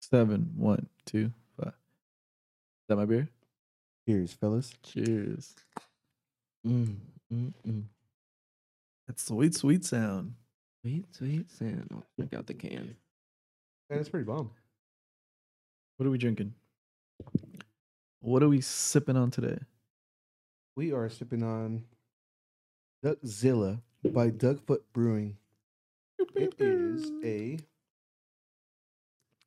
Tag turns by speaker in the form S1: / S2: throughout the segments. S1: seven, one, two, five. Is that my beer?
S2: Cheers, fellas.
S1: Cheers.
S3: Mm, mm, mm.
S1: That's sweet, sweet sound.
S3: Sweet, sweet sand. I'll drink out the can.
S2: Man, it's pretty bomb.
S1: What are we drinking? What are we sipping on today?
S2: We are sipping on Duckzilla by Duckfoot Brewing. It is a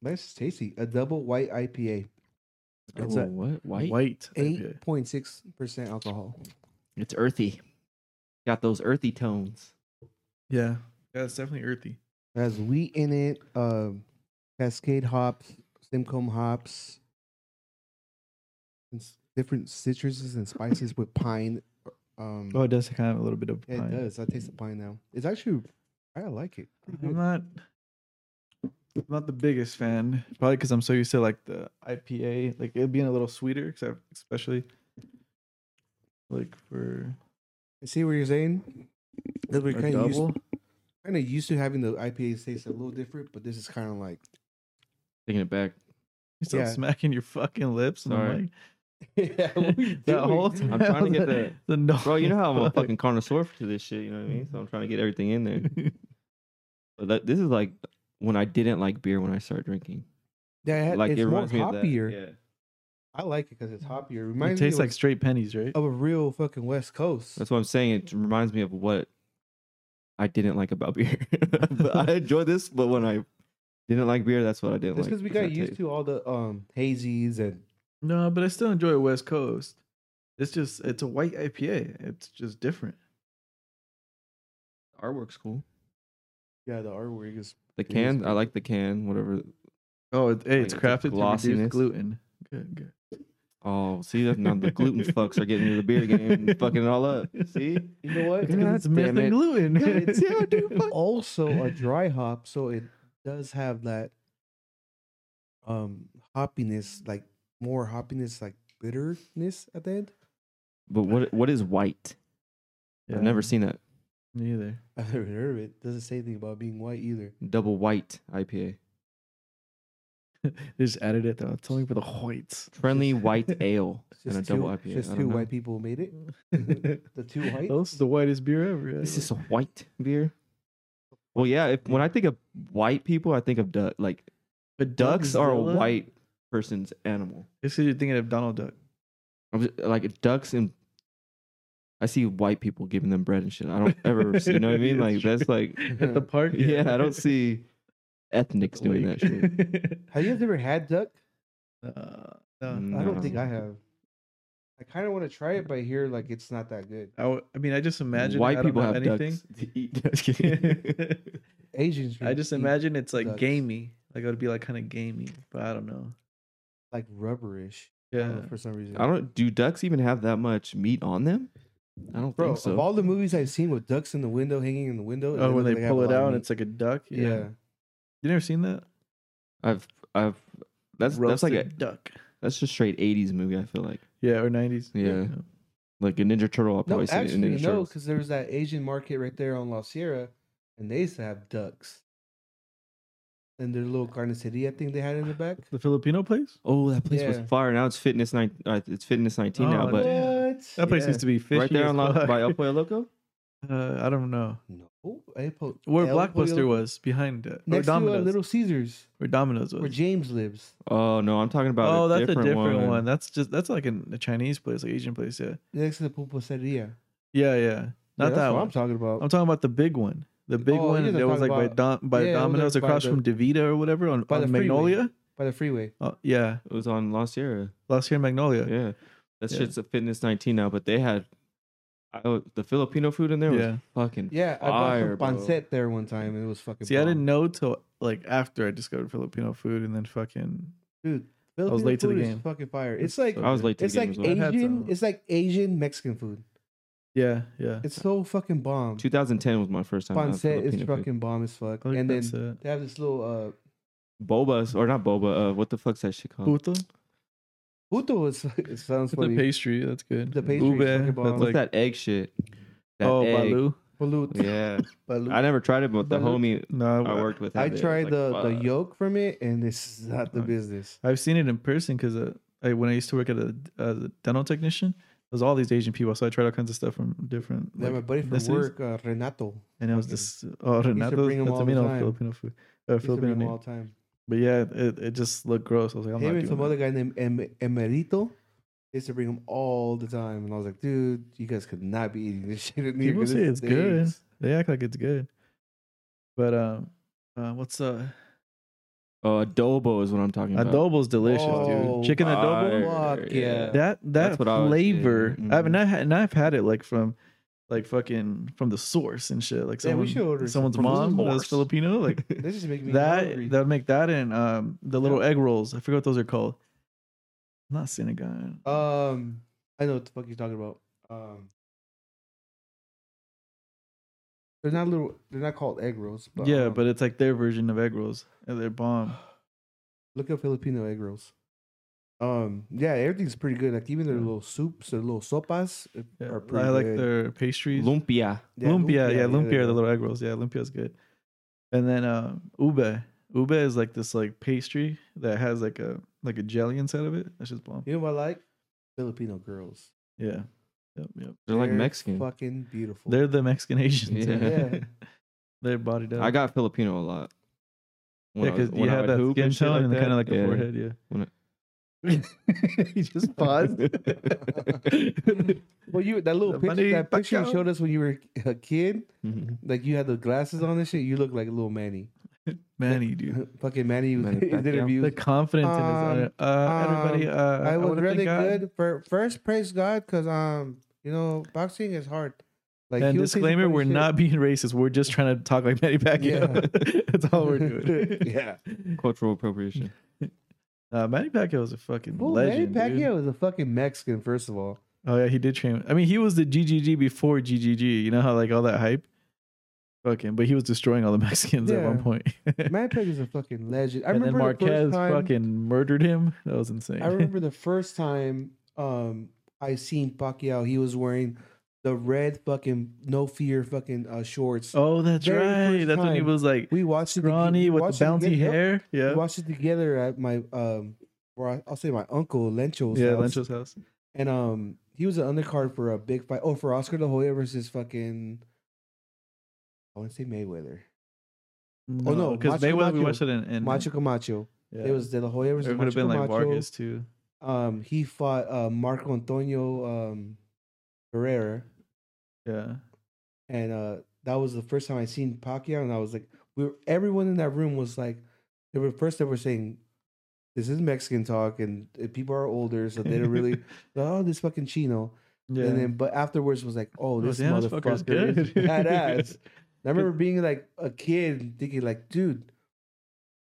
S2: nice, tasty, a double white IPA. It's
S3: oh,
S2: a
S3: what? White?
S1: White IPA.
S2: Eight point six percent alcohol.
S3: It's earthy. Got those earthy tones.
S1: Yeah. Yeah, it's definitely earthy.
S2: It has wheat in it, um, Cascade hops, Simcoe hops, and s- different citruses and spices with pine. Um,
S1: Oh, it does kind of a little bit of
S2: yeah, it
S1: pine.
S2: does. I taste the pine now. It's actually, I like it. Pretty
S1: I'm
S2: good.
S1: not I'm not the biggest fan, probably because I'm so used to like the IPA, like it being a little sweeter, except especially like for
S2: I see what you're saying. That we're
S1: a
S2: kind of used,
S1: double.
S2: kind of used to having the IPAs taste a little different, but this is kind of like
S3: Taking it back.
S1: You start
S2: Yeah.
S1: smacking your fucking lips. And
S3: Sorry.
S1: I'm like,
S2: yeah, what are you
S1: that
S2: doing?
S1: whole
S3: I'm trying to
S1: time,
S3: get the-
S1: the no-
S3: Bro, you know how I'm a
S1: fuck.
S3: fucking connoisseur to this shit, you know what I mean? So I'm trying to get everything in there. But that, this is like when I didn't like beer when I started drinking.
S2: Yeah,
S3: like
S2: it's
S3: it
S2: more
S3: reminds me of that.
S2: hoppier.
S3: Yeah.
S2: I like it because it's hoppier. It
S1: It
S2: reminds me
S1: tastes
S2: of,
S1: like straight pennies, right?
S3: Oh.
S2: of a real fucking West Coast.
S3: That's what I'm saying. It reminds me of what I didn't like about beer. but I enjoy this, but when I didn't like beer, that's what I didn't
S2: That's
S3: like.
S2: because we
S3: It's
S2: got
S3: that
S2: used
S3: taste.
S2: to all the um hazies and
S1: No, but I still enjoy West Coast. It's just it's a white IPA. It's just different.
S3: artwork's cool.
S2: yeah, the artwork is
S3: The
S2: is
S3: can, I
S2: cool.
S3: like the can, whatever.
S1: Oh, it, hey,
S3: Like,
S1: it's
S3: it's a
S1: crafted to
S3: glossiness.
S1: reduce gluten. Good, good.
S3: Oh, see that now the gluten fucks are getting into the beer game and fucking it all up. See?
S2: You know what?
S1: It's 'cause it's
S3: God damn
S1: missing
S3: it.
S1: gluten.
S3: God, see, I do fuck-
S2: also a dry hop, so it does have that um hoppiness, like more hoppiness, like bitterness at the end.
S3: But what what is white?
S1: Yeah,
S3: I've never seen that.
S1: neither.
S2: I've never heard of it. Doesn't say anything about being white either.
S3: Double white IPA.
S1: They just added it though. It's only for the whites.
S3: Friendly white ale
S2: It's
S3: and a
S2: just two,
S3: double IPA.
S2: Just
S3: I
S2: two
S3: don't know.
S2: white people who made it. The two white.
S1: Those the whitest beer ever.
S3: This is a white beer. Well, yeah. If, when I think of white people, I think of duck. Like
S1: but
S3: ducks are a
S1: Duckzilla?
S3: white person's animal.
S1: It's 'cause you're thinking of Donald Duck.
S3: I'm just, like ducks and I see white people giving them bread and shit. I don't ever, see, you know what I mean? Like
S1: It's true.
S3: that's like,
S1: at the park.
S3: yeah, I don't see ethnics doing that shit.
S1: shit.
S2: Have you ever had duck?
S1: Uh, no,
S2: I
S3: No.
S2: don't think I have. I kind of want to try it, but I hear like it's not that good.
S1: I, w- I mean, I just imagine
S3: white
S1: I don't
S3: people
S1: know
S3: have
S1: anything.
S3: ducks to eat. Just kidding.
S2: Asians.
S1: I just
S2: eat,
S1: imagine it's like
S2: ducks.
S1: gamey. Like it would be like kind of gamey, but I don't know.
S2: like rubberish. I don't
S1: Yeah.
S2: know, for some reason.
S3: I don't. Do ducks even have that much meat on them? I don't
S2: Bro,
S3: think so.
S2: of all the movies I've seen with ducks in the window, hanging in the window. it
S1: Oh, when
S2: looks
S1: they
S2: like have
S1: pull
S2: a
S1: it
S2: lot of
S1: out and
S2: meat.
S1: it's like a duck.
S2: yeah.
S1: You never seen that?
S3: I've, I've. That's that's like a
S1: Roasted duck.
S3: that's just straight '80s movie. I feel like
S1: Yeah, or nineties.
S3: Yeah. like a Ninja Turtle.
S2: No,
S3: I'll probably see it in
S2: actually
S3: Ninja
S2: no,
S3: Turtles.
S2: because there was that Asian market right there on La Sierra, and they used to have ducks. And their little carniceria thing they had in the back.
S1: The Filipino place.
S3: Oh, that place was
S2: Yeah.
S3: fire. Now it's Fitness Nine. Uh, it's Fitness 19 now,
S1: Oh,
S3: but
S1: damn.
S2: what?
S1: That place
S2: Yeah.
S1: used to be fishy.
S3: right there
S1: as
S3: on La,
S1: fuck.
S3: by El Pollo Loco.
S1: Uh, I don't know
S2: No, I po-
S1: where
S2: El
S1: Blockbuster
S2: Pollo-
S1: was behind it. Or
S2: Next to uh,
S1: Domino's.
S2: Little Caesars,
S1: where Domino's was.
S2: where James lives.
S3: Oh no, I'm talking about.
S1: oh,
S3: a
S1: that's
S3: different
S1: a different one.
S3: one.
S1: That's just that's like an, a Chinese place, like Asian place. Yeah,
S2: Next to the pupuseria.
S1: yeah, yeah. Not
S2: that's
S1: that
S2: what
S1: one.
S2: I'm talking about.
S1: I'm talking about the big one. The big
S2: Oh,
S1: one
S2: you're
S1: that was
S2: talking
S1: like by Dom, by
S2: yeah, over there
S1: Domino's
S2: by
S1: across
S2: the-
S1: from Davita or whatever on,
S2: by the
S1: on
S2: freeway.
S1: Magnolia.
S2: By the freeway.
S1: Oh, yeah,
S3: It was on La Sierra.
S1: last year in Magnolia.
S3: Yeah, that
S1: Yeah.
S3: shit's a Fitness 19 now, but they had. I, oh, the Filipino food in there was
S1: Yeah.
S3: fucking
S2: Yeah, I
S3: fire,
S2: bought
S3: bro.
S2: some pancet there one time, and it was fucking.
S1: See, I
S2: bomb.
S1: didn't know till like after I discovered Filipino food, and then fucking
S2: dude.
S1: was
S2: Filipino
S1: late to the
S2: food is
S1: game.
S2: Fucking fire! It's like
S1: so
S3: I was
S1: good.
S3: late to
S2: it's
S3: the game
S2: like
S3: as well.
S1: I had
S2: Asian.
S1: some.
S2: It's like Asian Mexican food.
S1: Yeah, yeah.
S2: It's so fucking bomb.
S3: 2010 was my first time. having
S2: Pancet is
S3: Filipino food.
S2: fucking bomb as fuck.
S1: I like
S2: And then
S1: that's it.
S2: they have this little uh,
S3: Boba or not boba. Uh, what the fuck's that shit called?
S1: Puto?
S2: uh puto. Is, it sounds
S1: It's a
S2: funny.
S1: pastry. That's good.
S2: The pastry is
S1: Ube,
S2: fucking bomb.
S1: that's
S3: What's
S1: like,
S3: that egg shit? That
S1: oh,
S3: egg.
S1: balu.
S2: Balut.
S3: Yeah,
S2: Balut.
S3: I never tried it, but the
S1: Balut.
S3: homie
S1: No,
S3: I
S1: I
S3: worked with.
S2: I
S3: had it.
S2: tried
S3: It's
S2: the,
S3: like,
S2: the
S3: fuck.
S2: yolk from it, and this is not the
S1: Okay.
S2: business.
S1: I've seen it in person because uh, I, when I used to work at a, as a dental technician, there's all these Asian people. So I tried all kinds of stuff from different.
S2: Yeah,
S1: like,
S2: my buddy from
S1: ethnicities,
S2: work, uh, Renato,
S1: and it was
S2: fucking-
S1: this. Oh, Renato,
S2: bring 'em all
S1: that's
S2: the
S1: Filipino,
S2: time.
S1: Filipino food, uh,
S2: used to bring
S1: Filipino
S2: him
S1: name.
S2: all the time.
S1: But yeah, it, it just looked gross. I was like, "Oh I'm
S2: him
S1: not
S2: and
S1: doing
S2: some
S1: that.
S2: other guy named em- Emerito. They used to bring him all the time, and I was like, dude, you guys could not be eating this shit. in here
S1: People
S2: 'cause
S1: say it's good.
S2: stinks."
S1: They act like it's good. But um, uh, what's uh,
S3: Oh, adobo is what I'm talking about.
S1: adobo's delicious,
S2: Oh,
S1: dude. Chicken adobo.
S2: Fuck yeah.
S1: That that
S3: That's what I was Mm-hmm.
S1: flavor.
S3: thinking.
S1: I mean, I ha- and I've had it like from, like fucking from the source and shit. Like
S2: Yeah,
S1: someone,
S2: we should order some
S1: someone's
S2: from the
S1: mom that was
S3: source.
S1: Filipino. Like
S2: This just making me hungry.
S1: that that would make that and um the little egg rolls. I forget what those are called. Not Senegal.
S2: Um, I know what the fuck you're talking about. Um, they're not little. They're not called egg rolls. But
S1: yeah,
S2: um,
S1: but it's like their version of egg rolls, and they're bomb.
S2: look up Filipino egg rolls. Um, yeah, everything's pretty good. Like even their
S1: Yeah.
S2: little soups, their little sopas uh,
S1: Yeah,
S2: are pretty.
S1: I like
S2: good.
S1: their pastries.
S3: lumpia.
S1: lumpia, yeah, lumpia
S2: there
S1: are
S2: you
S1: the
S2: go.
S1: little egg rolls. Yeah, lumpia is good. And then um, ube, ube is like this like pastry that has like a like a jelly inside of it. That's just bomb.
S2: You know what I like? Filipino girls.
S1: Yeah, yep, yep.
S3: They're like Mexican.
S2: Fucking beautiful.
S1: They're the Mexican Asians.
S3: Yeah.
S2: Yeah.
S1: they're bodied up.
S3: I got Filipino a lot. When
S1: yeah,
S3: I was-
S1: because you
S3: when I
S1: have
S3: would
S1: that
S3: hoop
S1: skin
S3: shit
S1: tone and
S3: that.
S1: kind of like a
S3: Yeah.
S1: forehead. Yeah.
S2: he just paused. well, you that little
S1: The
S2: picture,
S1: Manny
S2: that picture you
S1: Pacquiao.
S2: showed us when you were a kid,
S3: Mhm.
S2: like you had the glasses on and shit. You look like a little Manny.
S1: Manny, dude.
S2: Fucking Manny was
S3: Manny
S2: in
S3: Pacquiao.
S1: The
S2: interviews.
S1: confidence in his
S2: Um,
S1: uh, everybody.
S2: um,
S1: Uh,
S2: I was
S1: wanna
S2: really
S1: thank God.
S2: good for first. Praise God, because um, you know, boxing is hard. Like
S1: and
S2: he would say some
S1: disclaimer:
S2: funny
S1: We're
S2: shit.
S1: not being racist. We're just trying to talk like Manny Pacquiao. That's all we're doing.
S2: yeah.
S3: Cultural appropriation.
S1: Uh, Manny Pacquiao was a fucking
S2: Well,
S1: legend.
S2: Manny
S1: dude.
S2: Pacquiao is a fucking Mexican, first of all.
S1: Oh yeah, he did train. I mean, he was the GGG before GGG. You know how like all that hype. Fucking, but he was destroying all the Mexicans at
S2: Yeah.
S1: one point.
S2: Manny Pacquiao is a fucking legend. I
S1: and then
S2: remember
S1: Marquez
S2: the first time,
S1: fucking murdered him. That was insane.
S2: I remember the first time um I seen Pacquiao, he was wearing the red fucking no fear fucking uh, shorts.
S1: oh, that's
S2: very
S1: right.
S2: first
S1: That's when he
S2: time.
S1: was like
S2: we watched it. toge-
S1: scrawny
S2: we
S1: with
S2: watched
S1: the
S2: it
S1: bouncy
S2: together- yep,
S1: hair. Yeah,
S2: We watched it together at my um, or I- I'll say my uncle Lencho's.
S1: yeah,
S2: house.
S1: Lencho's house.
S2: And um, he was an undercard for a big fight. Oh, for Oscar De La Hoya versus fucking. I want to say Mayweather.
S1: No,
S2: no,
S1: because
S2: Macho
S1: Mayweather we
S2: Macho.
S1: watched it in, in
S2: Macho Camacho.
S1: yeah.
S2: It was De La Hoya
S1: It
S2: versus
S1: would
S2: Macho
S1: have been
S2: Camacho.
S1: like Vargas too.
S2: Um, he fought uh, Marco Antonio um, Herrera,
S1: Yeah.
S2: and uh, that was the first time I seen Pacquiao, and I was like, we were, everyone in that room was like, they were first they were saying, "This is Mexican talk," and uh, people are older, so they don't really, oh, this fucking Chino,
S1: Yeah.
S2: and then but afterwards was like, "Oh,
S1: Oh,
S2: this
S1: damn, this
S2: motherfucker
S1: fucker's
S2: is
S1: good.
S2: badass." I remember being like a kid and thinking like, "Dude,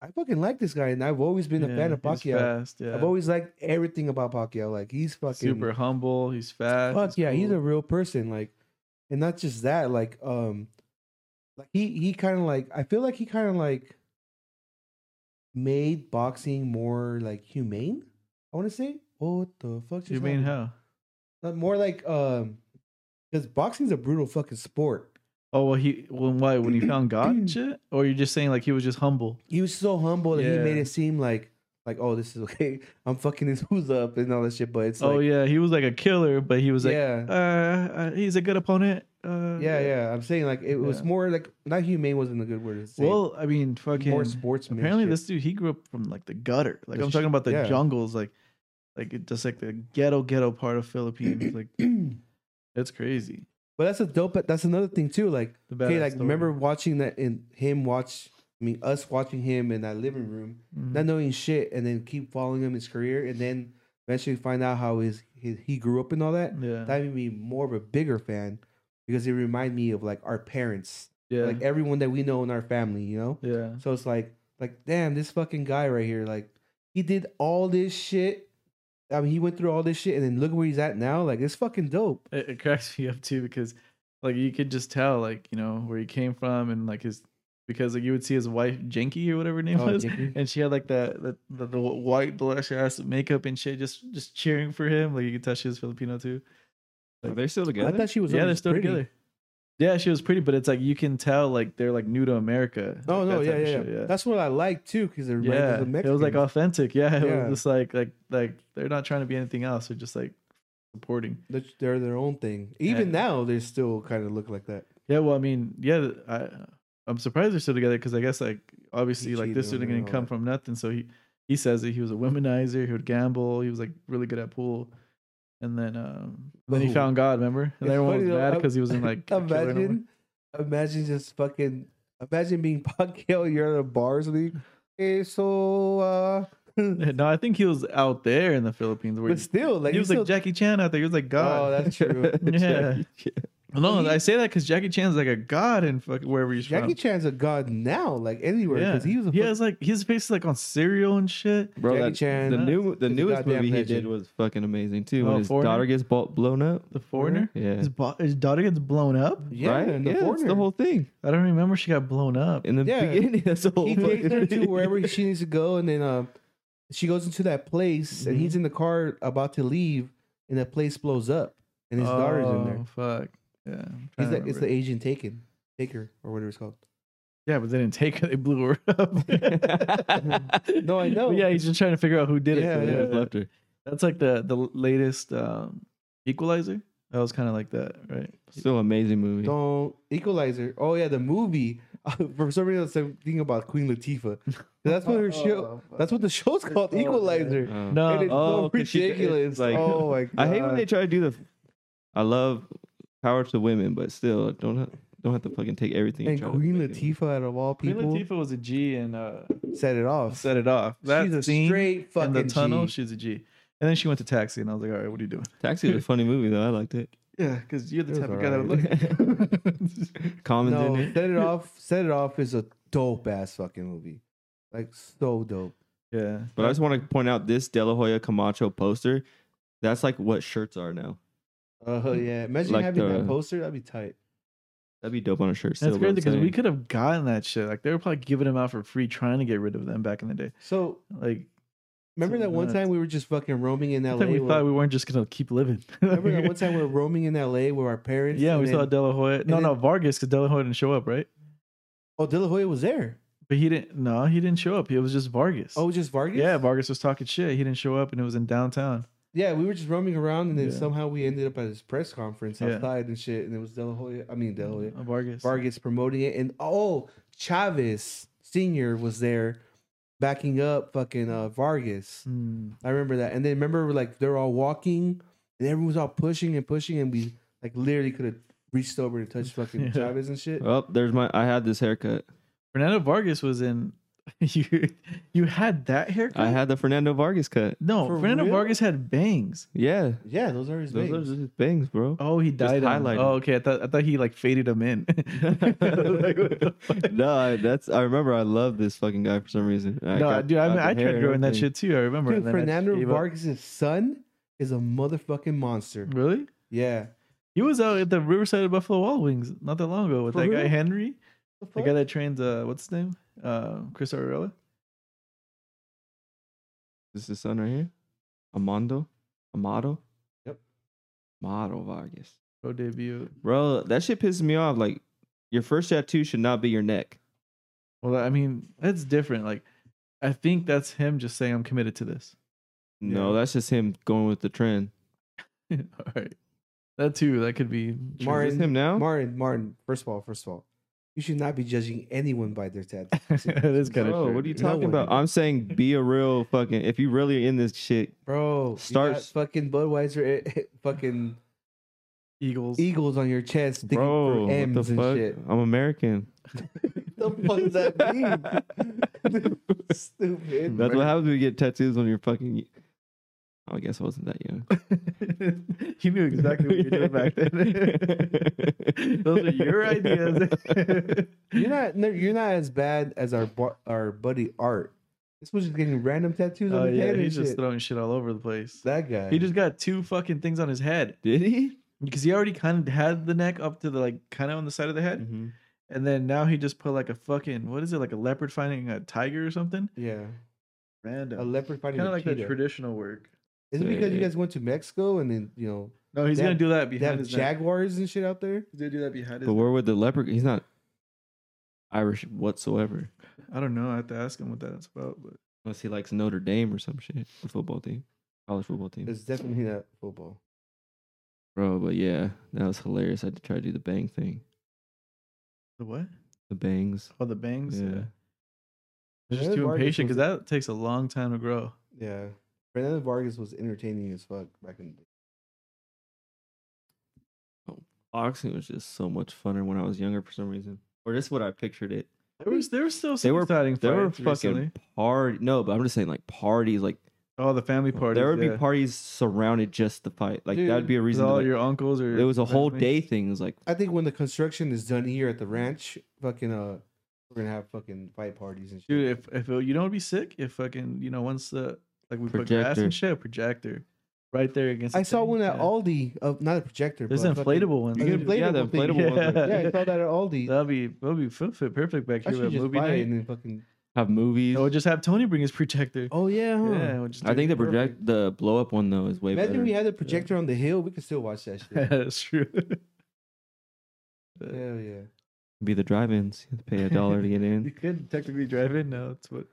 S2: I fucking like this guy," and I've always been a
S1: Yeah,
S2: fan of
S1: he was
S2: Pacquiao.
S1: Fast, yeah.
S2: I've always liked everything about Pacquiao. Like he's fucking
S1: super humble. He's fast.
S2: Fuck yeah, he's a
S1: cool.
S2: real person. Like, and not just that. Like, um, like he he kind of like I feel like he kind of like made boxing more like humane. I want to say, what the fuck?
S1: You
S2: just
S1: mean
S2: happened?
S1: how?
S2: Not more like um, because boxing's a brutal fucking sport.
S1: Oh well, he when why when he found God and shit, or you're just saying like he was just humble.
S2: He was so humble that he made
S1: Yeah.
S2: it seem like like oh this is okay. I'm fucking his who's up and all that shit. But it's
S1: oh
S2: like,
S1: yeah, he was like a killer, but he was like,
S2: yeah.
S1: uh, uh, he's a good opponent. Uh,
S2: yeah, yeah. I'm saying like it was
S1: Yeah.
S2: more like not humane wasn't a good word. To say.
S1: Well, I mean, fucking.
S2: more sportsman.
S1: apparently, this dude he grew up from like the gutter. Like
S2: The
S1: I'm
S2: sh-
S1: talking about the
S2: yeah.
S1: jungles, like, like it, just like the ghetto, ghetto part of Philippines. like it's crazy.
S2: but that's a dope. That's another thing too. Like
S1: The
S2: okay,
S1: badass
S2: like
S1: story.
S2: remember watching that and him watch. I mean, us watching him in that living room,
S1: Mhm.
S2: not knowing shit, and then keep following him his career, and then eventually find out how his, his he grew up and all that.
S1: Yeah,
S2: That made me more of a bigger fan because it reminded me of like our parents,
S1: yeah,
S2: like everyone that we know in our family. You know,
S1: yeah.
S2: So it's like, like, damn, this fucking guy right here, like, he did all this shit. I mean, he went through all this shit, and then look where he's at now. Like, it's fucking dope.
S1: it, it cracks me up too because like you could just tell like you know where he came from and like his because like you would see his wife Jenky or whatever her name
S2: Oh,
S1: was
S2: Jenky.
S1: and she had like that the, the, the white blush ass makeup and shit just just cheering for him like you could tell she was Filipino too
S3: Are they still
S2: I
S3: together?
S2: thought she was.
S1: yeah they're
S2: always
S1: still
S2: pretty.
S1: together Yeah, she was pretty, but it's like you can tell like they're like new to America.
S2: Oh
S1: like,
S2: no,
S1: that
S2: yeah,
S1: type of
S2: yeah,
S1: shit,
S2: yeah. That's what I like too, because they're
S1: yeah,
S2: yeah,
S1: it was like authentic. Yeah, it
S2: Yeah.
S1: was just like like like they're not trying to be anything else. They're just like supporting.
S2: they're their own thing. Even
S1: Yeah.
S2: now, they still kind of look like that.
S1: Yeah, well, I mean, yeah, I I'm surprised they're still together because I guess like obviously like this
S2: cheated
S1: dude
S2: on her and
S1: didn't
S2: all
S1: come
S2: that.
S1: from nothing. So he he says that he was a womanizer. He would gamble. He was like really good at pool. And then um then
S2: Oh.
S1: he found God. Remember? And
S2: It's
S1: everyone
S2: funny
S1: was
S2: though,
S1: mad
S2: I'm-
S1: because he was in like a killer number.
S2: Imagine, imagine just fucking, imagine being Pacquiao. You're at a bars league. Hey, so, uh,
S1: No, I think he was out there in the Philippines where
S2: but
S1: he,
S2: still, like
S1: he was
S2: still,
S1: like Jackie Chan out there. He was like God.
S2: Oh, that's true.
S1: Yeah.
S3: Jackie Chan.
S1: no,
S2: he-
S1: I say that because Jackie Chan's like a god in fucking wherever he's
S2: Jackie
S1: from.
S2: Chan's a god now, like anywhere,
S1: yeah,
S2: because he was a
S1: he
S2: fuck-
S1: has like his face is like on cereal and shit.
S3: Bro,
S2: Jackie
S3: that-
S2: Chan.
S3: the new
S2: He's
S3: the
S2: a
S3: newest
S2: goddamn
S3: movie he did
S2: legend.
S3: was fucking amazing too.
S1: Oh,
S3: when his
S1: Foreigner?
S3: daughter gets ball- blown up,
S1: The foreigner.
S3: yeah,
S1: His, bo- his daughter gets blown up.
S2: yeah,
S3: right?
S2: and
S3: yeah,
S2: the
S3: it's the
S2: foreigner.
S3: whole thing
S1: I don't remember she got blown up.
S3: in the
S2: Yeah.
S3: beginning. That's the whole
S2: he takes her
S3: fucking
S2: to
S3: thing.
S2: wherever she needs to go, and then uh, she goes into that place, and
S3: Mm-hmm.
S2: he's in the car about to leave, and that place blows up, and his daughter's in there.
S1: Oh, Fuck. Yeah. I'm trying
S2: He's
S1: to
S2: like, it's
S1: remember.
S2: the Asian taken, taker or whatever it's called.
S1: yeah, but they didn't take her. They blew her up.
S2: No, I know.
S1: But yeah, he's just trying to figure out who did
S2: Yeah,
S1: it.
S3: Yeah,
S1: Yeah,
S3: just left her.
S1: That's like the the latest um, Equalizer. That was kind of like that, right?
S3: Still amazing movie.
S2: Don't Equalizer. Oh yeah, the movie. For some reason, I was thinking about Queen Latifah. That's what her show. That's what the show's called,
S1: Oh, yeah.
S2: Equalizer.
S3: Oh.
S1: No, uh,
S2: And it's so
S3: oh, 'cause she- it's
S2: ridiculous.
S3: like-
S2: oh my god!
S3: I hate when they try to do the. I love power to women, but still don't have, don't have to fucking take everything. you
S2: and
S3: try to
S2: Queen
S3: fucking-
S2: Latifah, out of all
S1: Queen
S2: people,
S1: Latifah was a G and uh,
S2: set it off.
S1: set it off. That
S2: She's a
S1: scene
S2: straight
S1: in
S2: fucking
S1: the tunnel,
S2: G.
S1: she's a G. And then she went to taxi, and I was like, all right, what are you doing?
S3: Taxi was a funny movie though. I liked it.
S1: Yeah, because you're the
S2: It was
S1: type of guy that would look.
S3: Common
S2: No,
S3: in it.
S2: set it off. Set it off is a dope ass fucking movie. Like so dope.
S1: Yeah,
S3: But I just want to point out this De La Hoya Camacho poster. That's like what shirts are now.
S2: Oh yeah! Imagine
S3: Like
S2: having that
S3: the-
S2: poster. That'd be tight.
S3: That'd be dope on a shirt. Still,
S1: that's
S3: but
S1: crazy
S3: I'm
S1: because we
S3: saying-
S1: could have gotten that shit. Like they were probably giving them out for free, trying to get rid of them back in the day.
S2: So
S1: Like
S2: remember
S1: So
S2: that one
S1: nuts.
S2: time we were just fucking roaming in
S1: I
S2: LA.
S1: think we
S2: where-
S1: thought we weren't just gonna keep living.
S2: Remember that one time we were roaming in LA with our parents?
S1: yeah,
S2: and
S1: we
S2: then-
S1: saw De La Hoya. No,
S2: then-
S1: no Vargas because De La Hoya didn't show up, right?
S2: Oh, De La Hoya was there.
S1: But he didn't. No, he didn't show up. It was just Vargas.
S2: Oh, it was just Vargas.
S1: yeah, Vargas was talking shit. He didn't show up, and it was in downtown.
S2: yeah. We were just roaming around, and then
S1: Yeah.
S2: somehow we ended up at his press conference
S1: Yeah.
S2: outside and shit. And it was De La Hoya. I mean, De La Hoya.
S1: Uh, Vargas.
S2: Vargas promoting it, and oh, Chavez Senior was there, backing up fucking uh, Vargas.
S1: Hmm.
S2: I remember that. And then remember, like they're all walking, and everyone's all pushing and pushing, and we like literally could have reached over and touched fucking
S1: Yeah.
S2: Chavez and shit.
S3: Oh, there's my. I had this haircut.
S1: Fernando Vargas was in. you you had that haircut.
S3: I had the Fernando Vargas cut.
S1: no.
S2: For
S1: Fernando
S2: real?
S1: Vargas had bangs.
S3: Yeah,
S2: Yeah, those are his
S3: those
S2: names.
S3: are just bangs, bro.
S1: Oh, he
S3: Just
S1: dyed 'em.
S3: highlighted.
S1: Oh, okay. I thought I thought he like faded them in. Like, what the fuck?
S3: no, I, that's. I remember. I love this fucking guy for some reason. I
S1: no,
S3: got-
S1: dude. I
S3: got
S1: mean,
S3: the
S1: I
S3: hair
S1: tried
S3: and
S1: growing that
S3: everything.
S1: shit too. I remember.
S2: Dude,
S1: and then I
S2: Fernando
S1: gave up.
S2: Vargas' son is a motherfucking monster.
S1: Really?
S2: Yeah.
S1: He was out at the Riverside of Buffalo Wild Wings not that long ago with
S2: For
S1: that guy
S2: real?
S1: Henry,
S2: The
S1: the guy that trained uh, what's his name, uh, Chris Ariella.
S3: This is the son right here. Amando, Amado.
S2: Yep.
S3: Amado Vargas.
S1: Pro
S2: Oh,
S1: debut.
S3: Bro, that shit pisses me off. Like, your first tattoo should not be your neck.
S1: Well, I mean, that's different. Like, I think that's him just saying I'm committed to this.
S3: No,
S1: Yeah.
S3: that's just him going with the trend.
S1: All right, that too. That could be. true.
S2: Mar-
S3: Is this him now?
S2: Martin, Martin, first of all, first of all, you should not be judging anyone by their tattoo.
S1: That is kinda
S3: Bro,
S1: true,
S3: what are you
S1: dude.
S2: No
S3: talking
S2: one.
S3: about? I'm saying be a real fucking. If you really in this shit,
S2: Bro, Start
S3: Starts-
S2: fucking Budweiser eh, eh, fucking
S1: Eagles.
S3: E
S2: eagles on your chest sticking
S3: bro,
S2: for
S3: what
S2: M's
S3: the
S2: and
S3: fuck?
S2: shit.
S3: I'm American.
S2: What the fuck does that mean? Stupid.
S3: That's what happens when you get tattoos on your fucking. Oh, I guess I wasn't that young.
S1: he knew exactly what you were doing back then. Those are your ideas.
S2: You're not no, you're not as bad as our bu- our buddy Art. This was just getting random tattoos
S1: oh
S2: on his
S1: yeah,
S2: head and
S1: he's just
S2: shit.
S1: throwing shit all over the place.
S2: That guy.
S1: He just got two fucking things on his head
S3: Did he?
S1: because he already kind of had the neck up to the like kind of on the side of the head, and then now he just put like a fucking what is it like a leopard finding a tiger or something?
S2: yeah, a
S1: Random,
S2: leopard fighting
S1: kind
S2: a
S1: of like the
S2: cheetah.
S1: traditional work.
S2: Is it because you
S3: Yeah.
S2: guys went to Mexico and then you know
S1: No, he's
S2: They
S1: gonna
S2: have-
S1: do that
S2: They
S1: behind
S2: have
S1: his neck.
S2: jaguars and shit out there.
S1: He's gonna do that behind his.
S3: But where would the leprechaun? He's not Irish whatsoever,
S1: I don't know. I have to ask him what that's about. But
S3: unless he likes Notre Dame or some shit, the football team, college football team,
S2: It's definitely not football.
S3: bro. But yeah, that was hilarious. I had to try to do the bang thing,
S1: the what?
S3: the bangs.
S1: Oh, the bangs.
S3: Yeah,
S1: They're just
S2: Fernando
S1: too
S2: Vargas
S1: impatient
S2: was-
S1: because that takes a long time to grow.
S2: Yeah, Fernando Vargas was entertaining as fuck back in. the
S3: boxing was just so much funner when I was younger for some reason, or just what I pictured it.
S1: There was there was still some
S3: They were-
S1: exciting
S3: There were
S1: fights
S3: fucking
S1: recently.
S3: party. No, but I'm just saying like parties, like
S1: Oh, the family parties.
S3: there would
S1: yeah.
S3: be parties surrounded just the fight. Like that'd
S1: Dude,
S3: be a
S1: with
S3: reason. To,
S1: all
S3: like,
S1: your uncles or
S3: it was a whole
S1: family.
S3: day thing. It was like
S2: I think when the construction is done here at the ranch, fucking uh, we're gonna have fucking fight parties and shit.
S1: Dude, if if it, you know, it'd be sick if fucking you know once the like we put grass
S3: Projector.
S1: and shit, a projector right there against.
S2: I
S1: the
S2: saw
S1: thing,
S2: one at
S1: yeah.
S2: Aldi. Uh, not a projector.
S1: There's
S2: but a fucking-
S1: inflatable ones.
S2: You
S1: too.
S2: can inflate
S3: yeah, the
S2: inflatable thing,
S3: inflatable ones.
S1: yeah.
S3: Like,
S2: Yeah, I saw that at Aldi.
S1: That'll be that'll be fit, fit perfect back
S2: I
S1: here
S2: should
S1: at
S2: just
S1: movie
S2: buy it
S1: night.
S2: and then fucking.
S3: have movies.
S1: Or just have Tony bring his projector.
S2: Oh yeah. Huh?
S1: yeah, we'll just
S3: I
S1: do
S3: think
S1: it
S3: the
S1: perfect.
S3: project the blow up one though is way
S2: Imagine
S3: better.
S2: we had a projector on the hill. We could still watch that shit.
S1: Yeah, that's true. But
S2: Hell yeah.
S3: be the drive-ins. You have to pay a dollar to get
S1: You
S3: in.
S1: could technically drive in now. That's what.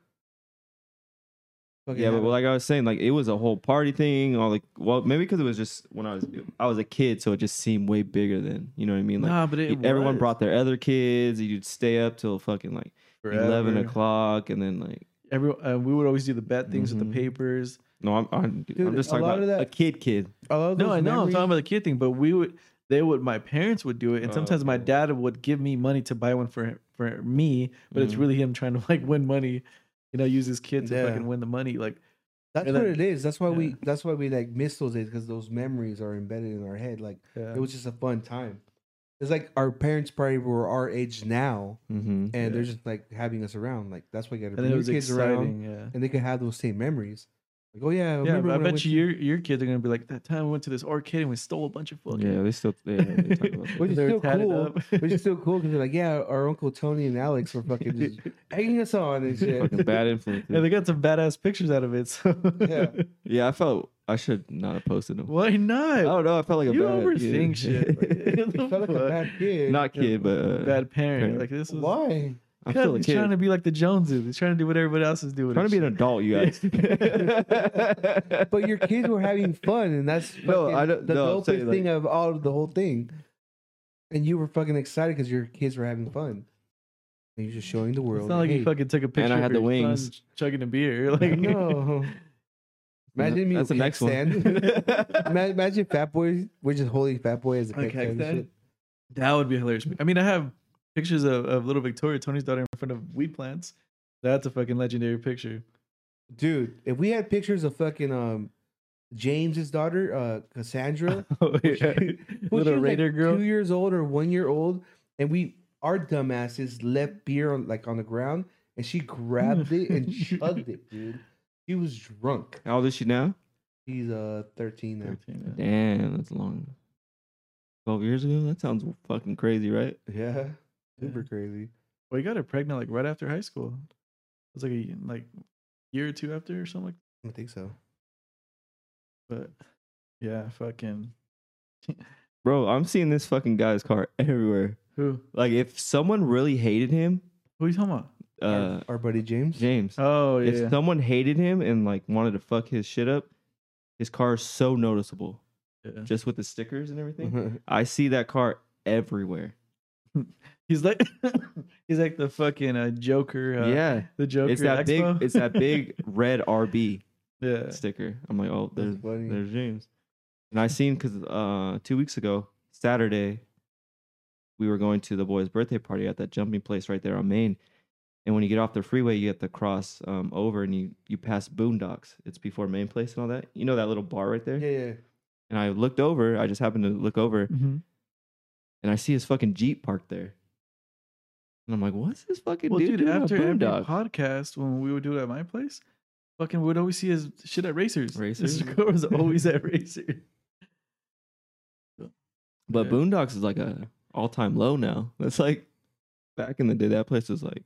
S2: Fucking
S3: yeah, but
S2: have
S3: like I was saying, like it was a whole party thing. All like, well, maybe because it was just when I was I was a kid, so it just seemed way bigger than you know what I mean. Like
S1: nah, but
S3: you-
S1: it
S3: everyone
S1: was
S3: brought their other kids. You'd stay up till fucking like eleven
S1: forever.
S3: o'clock, and then like
S1: Every uh, we would always do the bet things with
S3: Mhm.
S1: the papers.
S3: no, I'm I'm,
S2: Dude,
S3: I'm just
S2: a
S3: talking
S2: lot
S3: about
S2: of that-
S3: a kid kid.
S2: a lot of
S1: No,
S2: those
S1: I know. I'm
S2: memories-
S1: talking about the kid thing, but we would, they would, my parents would do it, and
S3: Oh,
S1: sometimes my
S3: okay.
S1: dad would give me money to buy one for him, for me, but it's
S3: Mhm.
S1: really him trying to like win money, you know, use his kid to
S2: Yeah.
S1: fucking win the money. Like,
S2: That's
S1: And
S2: what
S1: then-
S2: it is. That's why
S1: yeah.
S2: we. That's why we like miss those days because those memories are embedded in our head. Like
S1: yeah.
S2: it was just a fun time. It's like our parents probably were our age now,
S3: Mm-hmm.
S2: and
S1: Yeah.
S2: they're just like having us around. Like that's why you got to
S1: and it
S2: bring your
S1: was
S2: kids around,
S1: exciting. Yeah.
S2: and they could have those same memories. Like oh yeah, I
S1: Yeah,
S2: remember
S1: but I
S2: when
S1: bet
S2: went
S1: you
S2: to-
S1: your your kids are gonna be like that time we went to this arcade and we stole a bunch of fucking.
S3: Yeah, they still yeah, they talk about that.
S2: Which is
S1: They're
S2: still
S1: tatted
S2: cool.
S1: up.
S2: Which is still cool because they're like yeah, our uncle Tony and Alex were fucking just egging us on and shit.
S3: fucking bad influence.
S1: and they got some badass pictures out of it. So
S2: Yeah.
S3: Yeah, I felt I should not have posted them.
S1: why
S3: I
S1: not?
S3: don't know. I felt like a
S1: you
S3: bad
S1: overthink shit. Like,
S2: We felt like a bad kid.
S3: Not
S1: Yeah.
S3: kid, but uh,
S1: bad parent.
S3: parent.
S1: Like this was
S2: why?
S3: I'm
S1: God,
S3: still a
S1: he's
S3: kid.
S1: trying to be like the Joneses. He's trying to do what everybody else is doing.
S3: trying to be an adult, you guys.
S2: But your kids were having fun, and that's
S3: No,
S2: fucking
S3: I don't-
S2: the
S3: no, I'm
S2: dopest
S3: saying, like-
S2: thing of all of the whole thing. And you were fucking excited because your kids were having fun. And you're just showing the world.
S1: It's not like
S2: "Hey,
S1: you fucking took a picture.
S3: I
S1: of
S3: had the
S1: your
S3: wings.
S1: son chugging a beer. Like
S2: no. Imagine me.
S3: That's the
S2: with
S3: next
S2: kickstand.
S3: one.
S2: Ima- Imagine Fat Boy. We're just holding Fat Boy as a
S1: Like
S2: kickstand. and
S1: kickstand?
S2: shit.
S1: that would be hilarious. I mean, I have pictures of, of little Victoria, Tony's daughter, in front of weed plants. That's a fucking legendary picture.
S2: Dude, if we had pictures of fucking um James's daughter, uh Cassandra,
S1: Oh,
S2: Well, she-
S1: yeah.
S2: when she
S1: little
S2: was, like,
S1: Raider girl.
S2: two years old or one year old, and we our dumbasses left beer on, like on the ground, and she grabbed it and chugged it, dude. She was drunk.
S3: How old is she now?
S2: She's uh thirteen now.
S1: 13, yeah.
S3: Damn, that's long. Twelve years ago? That sounds fucking crazy, right?
S2: Yeah, super
S1: Yeah.
S2: crazy.
S1: Well, you got her pregnant like right after high school. It was like a like year or two after or something like
S2: I think so.
S1: that. But yeah, fucking
S3: Bro, I'm seeing this fucking guy's car everywhere.
S1: who?
S3: Like if someone really hated him,
S1: Who are you talking about?
S3: uh
S2: our, our buddy James.
S3: James.
S1: Oh yeah.
S3: If someone hated him and like wanted to fuck his shit up, his car is so noticeable.
S1: yeah.
S3: Just with the stickers and everything.
S2: Mhm.
S3: I see that car everywhere.
S1: He's like he's like the fucking uh, Joker. Uh,
S3: yeah.
S1: the Joker.
S3: It's that
S1: at
S3: big
S1: Expo.
S3: it's that big red RB
S1: yeah.
S3: sticker. I'm like, oh, there's
S2: That's funny.
S3: there's James. And I seen because uh, two weeks ago, Saturday, we were going to the boys' birthday party at that jumping place right there on Main. And when you get off the freeway, you have to cross um, over and you, you pass Boondocks. It's before Main Place and all that. You know that little bar right there?
S2: Yeah, yeah.
S3: And I looked over, I just happened to look over
S1: Mhm.
S3: and I see his fucking Jeep parked there. And I'm like, what's this fucking
S1: Well, dude,
S3: dude, doing at
S1: after every
S3: Boondocks?
S1: podcast when we would do it at my place, fucking we would always see his shit at racers.
S3: Racers?
S1: His car was always at racer.
S3: But
S1: Yeah.
S3: Boondocks is like a all time low now. That's like back in the day. That place was like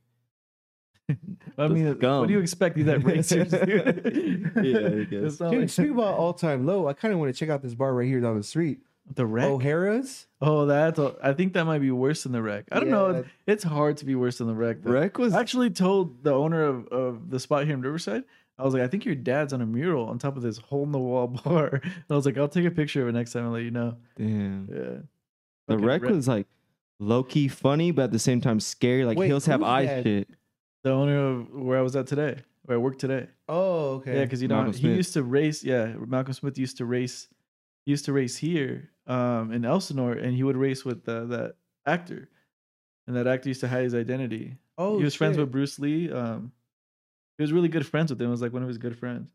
S1: I mean, uh, what
S3: scum.
S1: do you expect? These at racers, dude.
S3: Yeah, I guess.
S1: It's not
S2: Dude,
S1: like-
S2: speak about all time low. I kind of want to check out this bar right here down the street.
S1: the wreck. Oh,
S2: O'Hara's.
S1: that's. a- I think that might be worse than the wreck. I don't
S2: Yeah,
S1: know.
S2: that-
S1: It's hard to be worse than the wreck. though.
S3: Wreck was
S1: I actually told the owner of, of the spot here in Riverside, I was like, I think your dad's on a mural on top of this hole in the wall bar. And I was like, I'll take a picture of it next time and let you know.
S3: damn.
S1: Yeah.
S3: The
S1: Fucking
S3: wreck was like low key funny, but at the same time scary. Like
S2: Wait,
S3: heels have
S2: who's
S3: eyes
S2: that?
S3: shit.
S1: the owner of where I was at today, where I work today.
S2: Oh, okay.
S1: Yeah, because you know
S3: Malcolm
S1: he
S3: Smith.
S1: used to race. Yeah, Malcolm Smith used to race. He used to race here um, in Elsinore, and he would race with uh, that actor, and that actor used to hide his identity.
S2: oh,
S1: he was friends
S2: shit.
S1: with Bruce Lee. Um, he was really good friends with him. It was like one of his good friends.